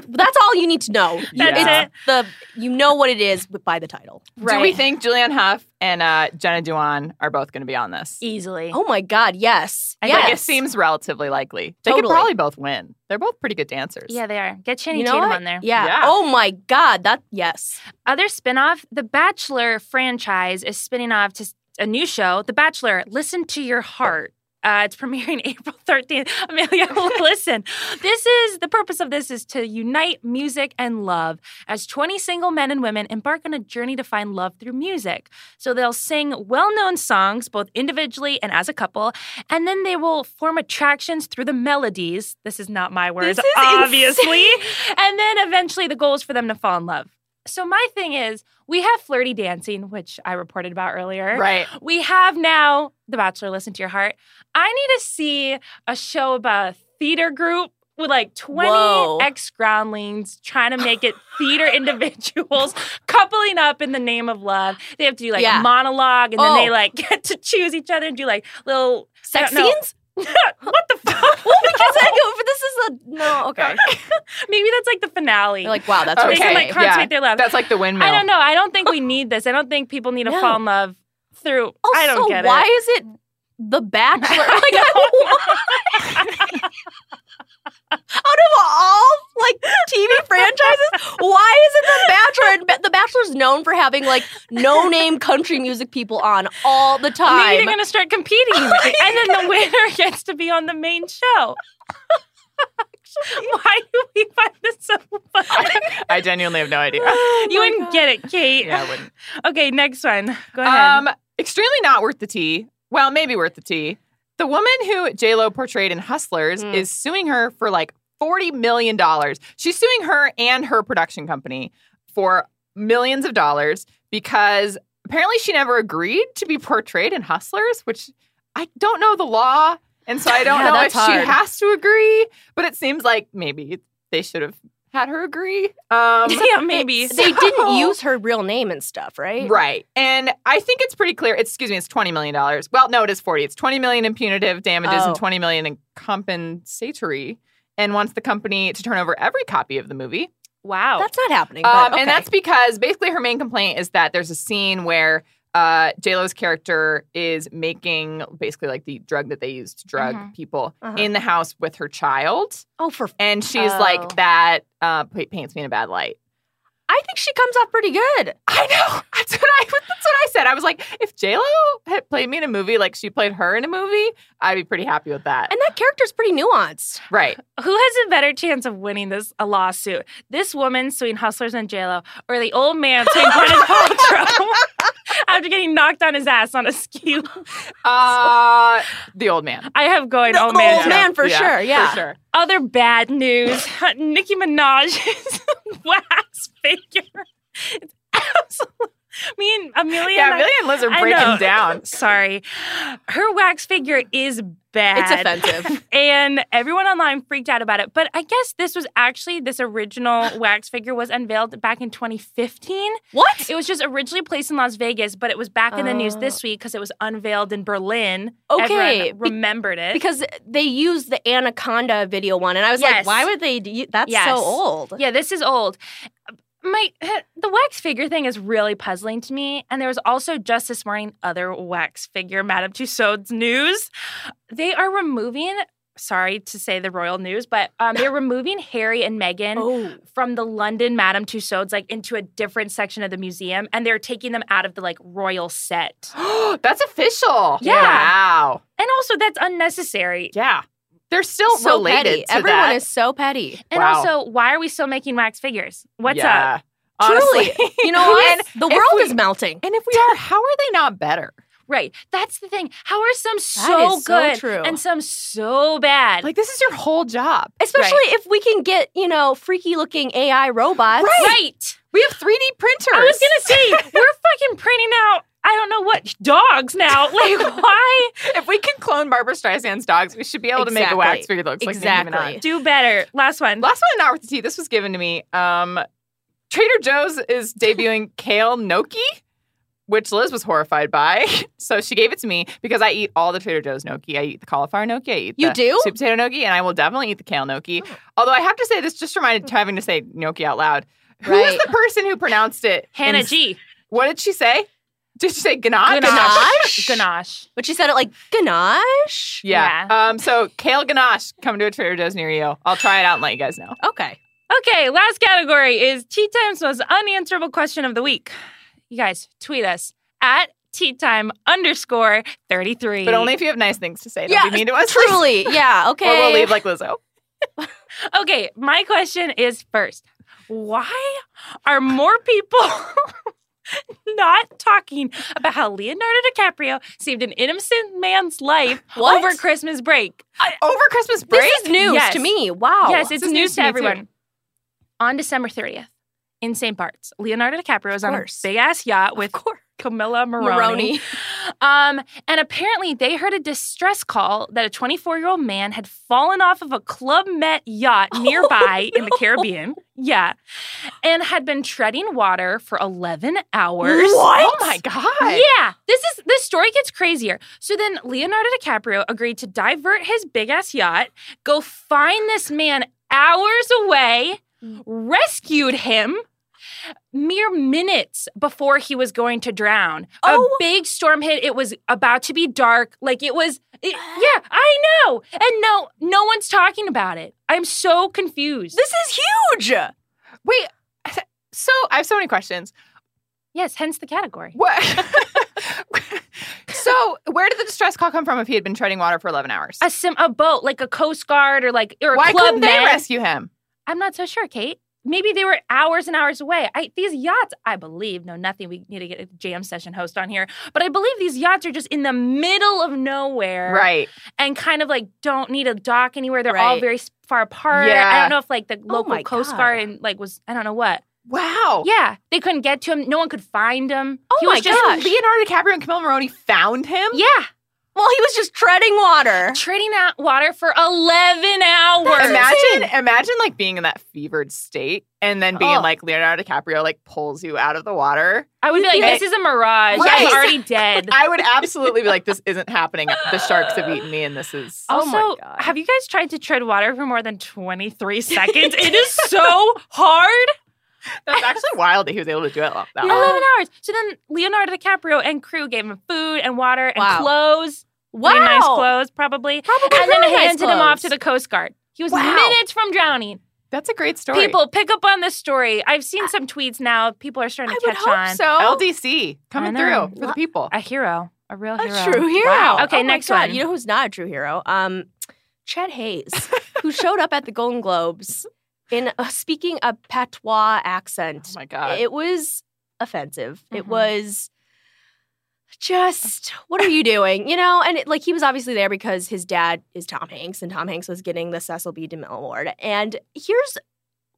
[SPEAKER 3] That's all you need to know.
[SPEAKER 1] That's
[SPEAKER 2] Yeah.
[SPEAKER 1] it.
[SPEAKER 3] The you know what it is by the title.
[SPEAKER 2] Do we think Julianne Hough and uh, Jenna Dewan are both going to be on this?
[SPEAKER 1] easily?
[SPEAKER 3] Oh my God! Yes,
[SPEAKER 1] I
[SPEAKER 3] yes.
[SPEAKER 2] Like, it seems relatively likely. They could
[SPEAKER 3] Totally.
[SPEAKER 2] probably both win. They're both pretty good dancers.
[SPEAKER 1] Yeah, they are. Get Channing
[SPEAKER 3] You know
[SPEAKER 1] Tatum
[SPEAKER 3] what?
[SPEAKER 1] on there.
[SPEAKER 3] Yeah.
[SPEAKER 2] Yeah.
[SPEAKER 3] Oh my God! That yes.
[SPEAKER 1] Other spin-off, The Bachelor franchise is spinning off to s- a new show, The Bachelor, Listen to Your Heart. Uh, it's premiering April 13th. Amelia, listen. This is the purpose of this is to unite music and love as 20 single men and women embark on a journey to find love through music. So they'll sing well-known songs both individually and as a couple, and then they will form attractions through the melodies. This is not my words,
[SPEAKER 3] This is
[SPEAKER 1] obviously. And then eventually the goal is for them to fall in love. So my thing is, we have flirty dancing, which I reported about earlier.
[SPEAKER 2] Right.
[SPEAKER 1] We have now The Bachelor, Listen to Your Heart. I need to see a show about a theater group with like 20
[SPEAKER 3] Whoa.
[SPEAKER 1] ex groundlings trying to make it theater individuals coupling up in the name of love. They have to do like
[SPEAKER 3] Yeah.
[SPEAKER 1] a monologue and then they
[SPEAKER 3] Oh.
[SPEAKER 1] like get to choose each other and do like little
[SPEAKER 3] Sex
[SPEAKER 1] I don't know.
[SPEAKER 3] scenes?
[SPEAKER 1] what the fuck?
[SPEAKER 3] Well, because I go, this is a no. Okay.
[SPEAKER 1] Maybe that's like the finale.
[SPEAKER 3] You're like, wow, that's
[SPEAKER 1] they can
[SPEAKER 2] okay,
[SPEAKER 1] like
[SPEAKER 2] yeah.
[SPEAKER 1] consummate their love.
[SPEAKER 2] That's like the windmill.
[SPEAKER 1] I don't know. I don't think we need this. I don't think people need to
[SPEAKER 3] No.
[SPEAKER 1] fall in love through.
[SPEAKER 3] Also,
[SPEAKER 1] I don't get
[SPEAKER 3] Oh, why
[SPEAKER 1] it.
[SPEAKER 3] Oh is it The Bachelor? Like, I
[SPEAKER 1] I
[SPEAKER 3] why? Out of all like TV franchises, why isn't The Bachelor? And Ba- The Bachelor's known for having like no name country music people on all the
[SPEAKER 1] Maybe
[SPEAKER 3] time.
[SPEAKER 1] they're gonna start competing, and then the winner gets to be on the main show. Why do we find this so
[SPEAKER 3] Oh
[SPEAKER 1] funny?
[SPEAKER 2] I genuinely have no idea.
[SPEAKER 1] you wouldn't get it, Kate.
[SPEAKER 2] Yeah, I wouldn't.
[SPEAKER 1] Okay, next one. Go ahead.
[SPEAKER 2] Um, extremely not worth the tea. Well, maybe worth the tea. The woman who J Lo portrayed in Hustlers
[SPEAKER 3] Mm.
[SPEAKER 2] is suing her for like forty million dollars. She's suing her and her production company for millions of dollars because apparently she never agreed to be portrayed in Hustlers, which I don't know the law, and so I don't
[SPEAKER 3] Yeah,
[SPEAKER 2] know if
[SPEAKER 3] that's hard.
[SPEAKER 2] she has to agree. But it seems like maybe they should have had her agree. Um,
[SPEAKER 1] yeah, maybe.
[SPEAKER 3] They didn't
[SPEAKER 2] So-
[SPEAKER 3] use her real name and stuff, right?
[SPEAKER 2] Right. And I think it's pretty clear. It's, excuse me, it's $20 million. Well, no, it is 40. It's 20 million in punitive damages
[SPEAKER 3] Oh.
[SPEAKER 2] and 20 million in compensatory and wants the company to turn over every copy of the movie.
[SPEAKER 1] wow.
[SPEAKER 3] That's not happening.
[SPEAKER 2] Um,
[SPEAKER 3] but okay.
[SPEAKER 2] And that's because basically her main complaint is that there's a scene where uh, JLo's character is making basically like the drug that they use to drug
[SPEAKER 1] Mhm.
[SPEAKER 2] people
[SPEAKER 3] Uh-huh.
[SPEAKER 2] in the house with her child.
[SPEAKER 3] oh, for
[SPEAKER 2] And she's
[SPEAKER 3] Oh.
[SPEAKER 2] like, that uh, pa- paints me in a bad light.
[SPEAKER 3] I think she comes off pretty good.
[SPEAKER 2] I know. That's what I. That's what I said. I was like, if J Lo had played me in a movie like she played her in a movie, I'd be pretty happy with that.
[SPEAKER 3] And that character's pretty nuanced.
[SPEAKER 2] right.
[SPEAKER 1] Who has a better chance of winning this a lawsuit? This woman suing Hustlers and JLo or the old man suing Gwyneth Paltrow after getting knocked on his ass on a ski?
[SPEAKER 2] Uh, the old man.
[SPEAKER 1] I have going
[SPEAKER 3] The-
[SPEAKER 1] old
[SPEAKER 3] the
[SPEAKER 1] man.
[SPEAKER 3] old
[SPEAKER 1] Joe.
[SPEAKER 3] man for sure, yeah.
[SPEAKER 2] For sure.
[SPEAKER 1] Other bad news. Nicki Minaj's wax figure. It's absolute. Me and Amelia.
[SPEAKER 2] Yeah,
[SPEAKER 1] and I-
[SPEAKER 2] Amelia and Liz are
[SPEAKER 1] I
[SPEAKER 2] breaking
[SPEAKER 1] know.
[SPEAKER 2] down.
[SPEAKER 1] Sorry. Her wax figure is bad.
[SPEAKER 3] It's offensive.
[SPEAKER 1] and everyone online freaked out about it. But I guess this was actually this original wax figure was unveiled back in 2015.
[SPEAKER 3] what?
[SPEAKER 1] It was just originally placed in Las Vegas, but it was back in the news
[SPEAKER 3] Oh.
[SPEAKER 1] this week because it was unveiled in Berlin.
[SPEAKER 3] Okay,
[SPEAKER 1] Everyone
[SPEAKER 3] be-
[SPEAKER 1] remembered it
[SPEAKER 3] Because they used the Anaconda video one, and I was
[SPEAKER 1] Yes.
[SPEAKER 3] like, why would they? Do, that's
[SPEAKER 1] Yes.
[SPEAKER 3] so old.
[SPEAKER 1] Yeah, this is old. My the wax figure thing is really puzzling to me. And there was also just this morning other wax figure Madame Tussauds news. They are removing. Sorry to say the royal news, but um, they're removing Harry and Meghan
[SPEAKER 3] Oh,
[SPEAKER 1] from the London Madame Tussauds, like into a different section of the museum, and they're taking them out of the like royal set.
[SPEAKER 2] that's official.
[SPEAKER 1] Yeah.
[SPEAKER 2] Wow.
[SPEAKER 1] And also, that's unnecessary.
[SPEAKER 2] Yeah. They're still
[SPEAKER 3] so
[SPEAKER 2] related.
[SPEAKER 3] petty.
[SPEAKER 2] To
[SPEAKER 3] Everyone
[SPEAKER 2] that.
[SPEAKER 3] is so petty.
[SPEAKER 1] And
[SPEAKER 2] Wow.
[SPEAKER 1] also, why are we still making wax figures? What's up?
[SPEAKER 2] yeah.
[SPEAKER 3] Truly.
[SPEAKER 2] Honestly.
[SPEAKER 3] You know what?
[SPEAKER 2] And,
[SPEAKER 3] the
[SPEAKER 2] if
[SPEAKER 3] world
[SPEAKER 2] we-
[SPEAKER 3] is melting.
[SPEAKER 2] and if we are, how are they not better?
[SPEAKER 1] Right. That's the thing. How are some
[SPEAKER 3] That
[SPEAKER 1] so
[SPEAKER 3] is so
[SPEAKER 1] good
[SPEAKER 3] true.
[SPEAKER 1] and some so bad?
[SPEAKER 2] Like this is your whole job.
[SPEAKER 3] Especially if we can get, you know, freaky looking AI robots.
[SPEAKER 1] right.
[SPEAKER 2] We have 3D printers.
[SPEAKER 1] I was gonna say we're fucking printing out. I don't know what dogs now. Like, why
[SPEAKER 2] If we can clone Barbara Streisand's dogs, we should be able to make a wax
[SPEAKER 3] Exactly.
[SPEAKER 2] figure that looks
[SPEAKER 3] Exactly.
[SPEAKER 2] like a human eye.
[SPEAKER 1] do better? Last one.
[SPEAKER 2] Last one, not worth the tea. This was given to me. Um, Trader Joe's is debuting kale gnocchi, which Liz was horrified by. So she gave it to me because I eat all the Trader Joe's gnocchi. I eat the cauliflower gnocchi. I eat
[SPEAKER 3] You
[SPEAKER 2] the
[SPEAKER 3] do? Hmm.
[SPEAKER 2] sweet potato gnocchi, and I will definitely eat the kale gnocchi. Although I have to say, this just reminded having to say gnocchi out loud. Who was
[SPEAKER 3] Right.
[SPEAKER 2] the person who pronounced it?
[SPEAKER 1] Hannah
[SPEAKER 2] in-
[SPEAKER 1] G.
[SPEAKER 2] What did she say? Did she say ganache?
[SPEAKER 3] Ganache?
[SPEAKER 1] Ganache.
[SPEAKER 3] But she said it like ganache.
[SPEAKER 2] Yeah. Um. So kale ganache, come to a Trader Joe's near you. I'll try it out and let you guys know.
[SPEAKER 3] Okay.
[SPEAKER 1] Okay, last category is Tea Time's most unanswerable question of the week. You guys, tweet us at Tea Time underscore 33.
[SPEAKER 2] But only if you have nice things to say. Don't
[SPEAKER 3] Yeah,
[SPEAKER 2] be mean to us.
[SPEAKER 3] Truly. Yeah. Okay.
[SPEAKER 2] Or we'll leave like Lizzo.
[SPEAKER 1] Okay, my question is first why are more people not talking about how Leonardo DiCaprio saved an innocent man's life
[SPEAKER 3] What?
[SPEAKER 1] over Christmas break?
[SPEAKER 2] Over Christmas break.
[SPEAKER 3] this is news
[SPEAKER 1] Yes.
[SPEAKER 3] to me. Wow.
[SPEAKER 1] yes,
[SPEAKER 2] this
[SPEAKER 1] it's
[SPEAKER 2] is
[SPEAKER 1] news to
[SPEAKER 2] news to me, too.
[SPEAKER 1] everyone. On December 30th, in St. Bart's, Leonardo DiCaprio is on a
[SPEAKER 3] course.
[SPEAKER 1] big ass yacht with
[SPEAKER 3] of course.
[SPEAKER 1] Camilla Maroney.
[SPEAKER 3] Maroney.
[SPEAKER 1] Um, and apparently, they heard a distress call that a 24 year old man had fallen off of a Club Met yacht nearby in the Caribbean. Yeah. And had been treading water for 11 hours.
[SPEAKER 2] What? Oh my god.
[SPEAKER 1] Yeah, this is this story gets crazier. So then Leonardo DiCaprio agreed to divert his big ass yacht, go
[SPEAKER 2] Mm.
[SPEAKER 1] find this man hours away, rescued him, mere minutes before he was going to drown.
[SPEAKER 3] Oh.
[SPEAKER 1] A big storm hit. It was about to be dark. Like it was, it- yeah, I know. And no, no one's talking about it. I'm so confused.
[SPEAKER 3] This is huge.
[SPEAKER 2] Wait. So I have so many questions.
[SPEAKER 1] yes, hence the category.
[SPEAKER 2] What? so where did the distress call come from if he had been treading water for 11 hours?
[SPEAKER 1] A sim, a boat, like a Coast Guard or like or a
[SPEAKER 2] Why
[SPEAKER 1] club
[SPEAKER 2] couldn't they
[SPEAKER 1] med.
[SPEAKER 2] rescue him?
[SPEAKER 1] I'm not so sure, Kate. Maybe they were hours and hours away. I, these yachts, I believe, know nothing. We need to get a jam session host on here, but I believe these yachts are just in the middle of nowhere,
[SPEAKER 2] Right.
[SPEAKER 1] And kind of like don't need a dock anywhere. They're all
[SPEAKER 3] Right. Oh
[SPEAKER 1] very s- far apart. I
[SPEAKER 2] Yeah.
[SPEAKER 1] don't know if like the local
[SPEAKER 3] my
[SPEAKER 1] Coast
[SPEAKER 3] God.
[SPEAKER 1] Guard and like was I don't know what.
[SPEAKER 2] Wow.
[SPEAKER 1] Yeah, they couldn't get to him. No one could find him.
[SPEAKER 3] Oh
[SPEAKER 1] he
[SPEAKER 3] my
[SPEAKER 1] was just,
[SPEAKER 3] gosh.
[SPEAKER 2] Leonardo DiCaprio and Camille Maroney found him?
[SPEAKER 1] Yeah,
[SPEAKER 3] Well, he was just treading water.
[SPEAKER 1] trading out water for eleven hours.
[SPEAKER 2] Imagine, imagine like being in that fevered state and then being
[SPEAKER 3] Oh.
[SPEAKER 2] like Leonardo DiCaprio like pulls you out of the water.
[SPEAKER 1] I would be like,
[SPEAKER 2] Right.
[SPEAKER 1] this is a mirage. I'm
[SPEAKER 2] Right.
[SPEAKER 1] already dead.
[SPEAKER 2] I would absolutely be like, this isn't happening. The sharks have eaten me, and this is.
[SPEAKER 3] Oh my
[SPEAKER 1] Also,
[SPEAKER 3] God.
[SPEAKER 1] have you guys tried to tread water for more than 23 seconds? it is so hard.
[SPEAKER 2] That's actually wild that he was able to do it lo- that
[SPEAKER 3] Yeah.
[SPEAKER 2] long.
[SPEAKER 1] 11 hours. So then Leonardo DiCaprio and crew gave him food and water and
[SPEAKER 3] Wow.
[SPEAKER 1] clothes.
[SPEAKER 3] Wow.
[SPEAKER 1] Really nice clothes, probably.
[SPEAKER 3] Probably
[SPEAKER 1] and then
[SPEAKER 3] really nice
[SPEAKER 1] handed him off to
[SPEAKER 3] clothes.
[SPEAKER 1] the Coast Guard. He was
[SPEAKER 2] Wow.
[SPEAKER 1] minutes from drowning.
[SPEAKER 2] That's a great story.
[SPEAKER 1] People, pick up on this story. I've seen some tweets now. People are starting
[SPEAKER 3] I
[SPEAKER 1] to
[SPEAKER 3] would
[SPEAKER 1] catch
[SPEAKER 3] hope
[SPEAKER 1] on.
[SPEAKER 3] so.
[SPEAKER 2] LDC coming
[SPEAKER 1] I know.
[SPEAKER 2] through for the people.
[SPEAKER 1] A hero, a real
[SPEAKER 3] A
[SPEAKER 1] hero.
[SPEAKER 3] true hero.
[SPEAKER 2] Wow.
[SPEAKER 1] Okay,
[SPEAKER 3] Oh my
[SPEAKER 1] next
[SPEAKER 3] God.
[SPEAKER 1] one.
[SPEAKER 3] You know who's not a true hero? Um, Chet Hayes, who showed up at the Golden Globes in uh, speaking a patois
[SPEAKER 2] Oh
[SPEAKER 3] accent.
[SPEAKER 2] my god!
[SPEAKER 3] it was offensive. It
[SPEAKER 1] Mhm.
[SPEAKER 3] was just what are you doing? You know, and it, like he was obviously there because his dad is Tom Hanks, and Tom Hanks was getting the Cecil B. DeMille Award. And here's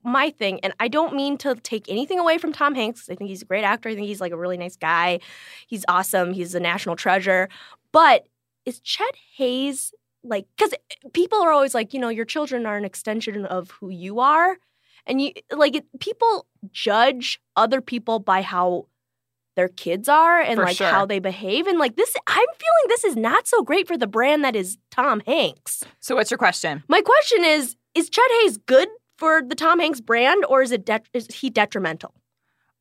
[SPEAKER 3] my thing, and I don't mean to take anything away from Tom Hanks. I think he's a great actor. I think he's like a really nice guy. He's awesome. He's a national treasure. But is Chet Hayes like because people are always like, you know, your children are an extension of who you are. And you like it, people judge other people by how their kids are and
[SPEAKER 2] For
[SPEAKER 3] like
[SPEAKER 2] sure.
[SPEAKER 3] how they behave. And like this, I'm feeling this is not so great for the brand that is Tom Hanks.
[SPEAKER 2] so, what's your question?
[SPEAKER 3] My question is is Chet Hayes good for the Tom Hanks brand or is it det- is he detrimental?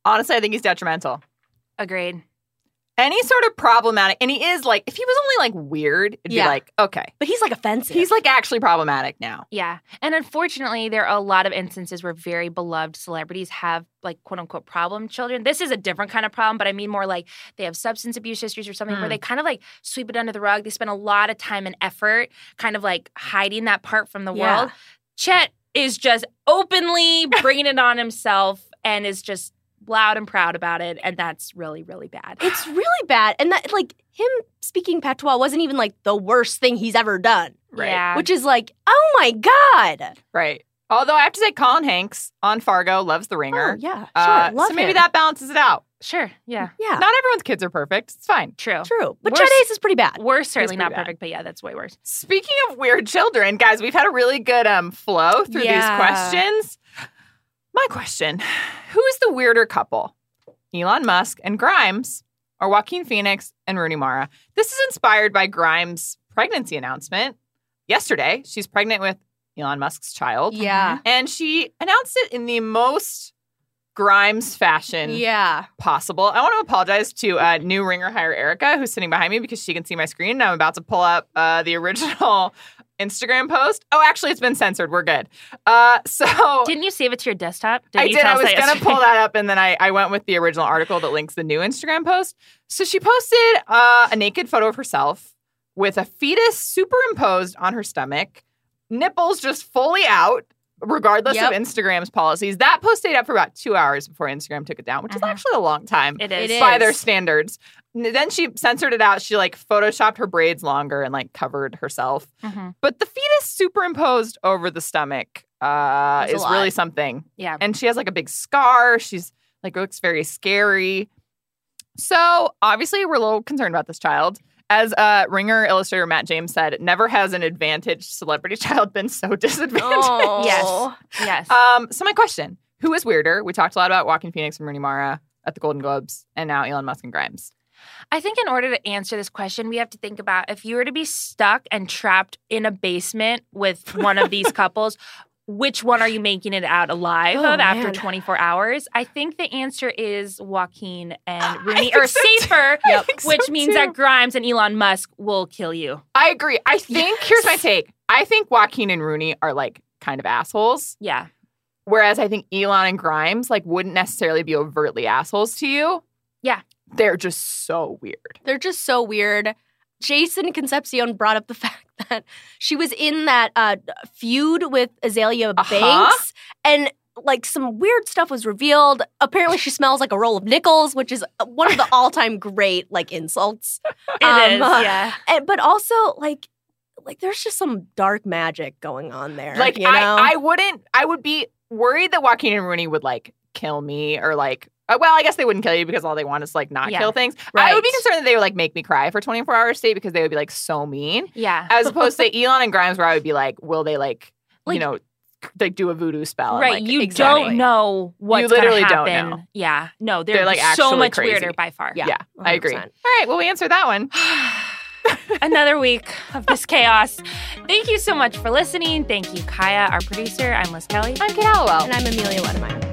[SPEAKER 2] Honestly, I think he's detrimental.
[SPEAKER 1] Agreed.
[SPEAKER 2] Any sort of problematic, and he is like, if he was only like weird, it'd
[SPEAKER 3] Yeah.
[SPEAKER 2] be like, okay,
[SPEAKER 3] But he's like offensive.
[SPEAKER 2] he's like actually problematic now.
[SPEAKER 1] Yeah. And unfortunately, there are a lot of instances where very beloved celebrities have, like, quote unquote, problem children. This is a different kind of problem, but I mean more like they have substance abuse histories or something where
[SPEAKER 2] Hmm.
[SPEAKER 1] they kind of like sweep it under the rug. They spend a lot of time and effort kind of like hiding that part from the
[SPEAKER 3] Yeah.
[SPEAKER 1] world. Chet is just openly bringing it on himself and is just loud and proud about it. And that's really, really bad.
[SPEAKER 3] It's really bad. And that like him speaking patois wasn't even like the worst thing he's ever done.
[SPEAKER 2] Right.
[SPEAKER 1] Yeah.
[SPEAKER 3] Which is like, oh my God.
[SPEAKER 2] Right. Although I have to say, Colin Hanks on Fargo loves The
[SPEAKER 3] Oh,
[SPEAKER 2] Ringer.
[SPEAKER 3] yeah. Sure.
[SPEAKER 2] Uh,
[SPEAKER 3] love
[SPEAKER 2] so maybe
[SPEAKER 3] him.
[SPEAKER 2] that balances it out.
[SPEAKER 1] sure. Yeah.
[SPEAKER 3] Yeah.
[SPEAKER 2] Not everyone's kids are perfect. It's fine.
[SPEAKER 1] True.
[SPEAKER 3] True. But
[SPEAKER 1] Worse-
[SPEAKER 3] Chet Hayes is pretty bad.
[SPEAKER 1] We're certainly
[SPEAKER 2] pretty
[SPEAKER 1] not
[SPEAKER 2] bad.
[SPEAKER 1] perfect, but yeah, that's way worse.
[SPEAKER 2] Speaking of weird children, guys, we've had a really good um flow through
[SPEAKER 3] Yeah.
[SPEAKER 2] these questions. My question: Who is the weirder couple? Elon Musk and Grimes, or Joaquin Phoenix and Rooney Mara? This is inspired by Grimes' pregnancy announcement yesterday. She's pregnant with Elon Musk's child,
[SPEAKER 3] Yeah.
[SPEAKER 2] and she announced it in the most Grimes fashion
[SPEAKER 3] Yeah.
[SPEAKER 2] possible. I want to apologize to uh, new ringer hire Erica, who's sitting behind me because she can see my screen. And I'm about to pull up uh, the original Instagram post. Oh, actually, it's been censored. We're good. Uh, so
[SPEAKER 1] Didn't you save it to your desktop? Didn't
[SPEAKER 2] I
[SPEAKER 1] you
[SPEAKER 2] did.
[SPEAKER 1] tell
[SPEAKER 2] I
[SPEAKER 1] us
[SPEAKER 2] was
[SPEAKER 1] that
[SPEAKER 2] going to
[SPEAKER 1] yesterday?
[SPEAKER 2] pull that up, and then I, I went with the original article that links the new Instagram post. So she posted uh, a naked photo of herself with a fetus superimposed on her stomach, nipples just fully out. Regardless
[SPEAKER 3] Yep.
[SPEAKER 2] of Instagram's policies, that post stayed up for about two hours before Instagram took it down, which is
[SPEAKER 1] Mhm.
[SPEAKER 2] actually a long time
[SPEAKER 1] It
[SPEAKER 3] It
[SPEAKER 1] is.
[SPEAKER 3] is.
[SPEAKER 2] by their standards. N- Then she censored it out. She like photoshopped her braids longer and like covered herself.
[SPEAKER 1] Mhm.
[SPEAKER 2] But the fetus superimposed over the stomach uh,
[SPEAKER 3] That's a
[SPEAKER 2] is
[SPEAKER 3] lot.
[SPEAKER 2] really something.
[SPEAKER 1] Yeah.
[SPEAKER 2] And she has like a big scar. She's like looks very scary. So obviously we're a little concerned about this child. As uh, ringer illustrator Matt James said, never has an advantaged celebrity child been so disadvantaged.
[SPEAKER 3] Oh.
[SPEAKER 1] Yes. Yes.
[SPEAKER 2] Um, so my question: Who is weirder? We talked a lot about Walking Phoenix and Rooney Mara at the Golden Globes, and now Elon Musk and Grimes.
[SPEAKER 1] I think in order to answer this question, we have to think about if you were to be stuck and trapped in a basement with one of these couples, which one are you making it out alive
[SPEAKER 3] Oh,
[SPEAKER 1] of after
[SPEAKER 3] man.
[SPEAKER 1] 24 hours? I think the answer is Joaquin
[SPEAKER 2] I
[SPEAKER 1] and Rooney
[SPEAKER 2] think
[SPEAKER 1] are
[SPEAKER 2] so too.
[SPEAKER 1] safer,
[SPEAKER 2] I
[SPEAKER 3] Yep.
[SPEAKER 2] think so,
[SPEAKER 1] which means
[SPEAKER 2] too.
[SPEAKER 1] that Grimes and Elon Musk will kill you.
[SPEAKER 2] I agree. I think here's my
[SPEAKER 1] Yes.
[SPEAKER 2] take. I think Joaquin and Rooney are like kind of assholes,
[SPEAKER 1] Yeah.
[SPEAKER 2] whereas I think Elon and Grimes like wouldn't necessarily be overtly assholes to you.
[SPEAKER 1] Yeah.
[SPEAKER 2] they're just so weird.
[SPEAKER 3] They're just so weird. Jason Concepcion brought up the fact that she was in that uh, feud with Azalea
[SPEAKER 2] Uh-huh.
[SPEAKER 3] Banks and like some weird stuff was revealed. Apparently she smells like a roll of nickels, which is uh, one of the all-time great like insults.
[SPEAKER 1] it is.
[SPEAKER 3] Um,
[SPEAKER 1] Yeah.
[SPEAKER 3] And, but also like like there's just some dark magic going on there.
[SPEAKER 2] Like
[SPEAKER 3] you know?
[SPEAKER 2] I, I wouldn't. I would be worried that Joaquin and Rooney would like kill me or like. uh, Well, I guess they wouldn't kill you because all they want is like not
[SPEAKER 1] Yeah.
[SPEAKER 2] kill things. I
[SPEAKER 3] Right.
[SPEAKER 2] would be concerned that they would like make me cry for 24 hours straight because they would be like so mean.
[SPEAKER 1] Yeah.
[SPEAKER 2] As opposed to Elon and Grimes, where I would be like, will they like,
[SPEAKER 1] Like-
[SPEAKER 2] you know, c- like do a voodoo spell? and,
[SPEAKER 1] Right,
[SPEAKER 2] like,
[SPEAKER 1] you
[SPEAKER 2] exactly.
[SPEAKER 1] don't know what's
[SPEAKER 2] literally
[SPEAKER 1] gonna
[SPEAKER 2] don't
[SPEAKER 1] happen.
[SPEAKER 2] know.
[SPEAKER 1] Yeah, no, they're,
[SPEAKER 2] They're, like,
[SPEAKER 1] so
[SPEAKER 2] actually
[SPEAKER 1] much
[SPEAKER 2] crazy.
[SPEAKER 1] weirder by far.
[SPEAKER 2] Yeah, I agree. All
[SPEAKER 3] 100%.
[SPEAKER 2] right, well, we answered that one.
[SPEAKER 1] Another week of this chaos. Thank you so much for listening. Thank you, Kaya, our producer. I'm Liz Kelly.
[SPEAKER 2] I'm Kate Hallowell.
[SPEAKER 3] And I'm Amelia Wedemeyer.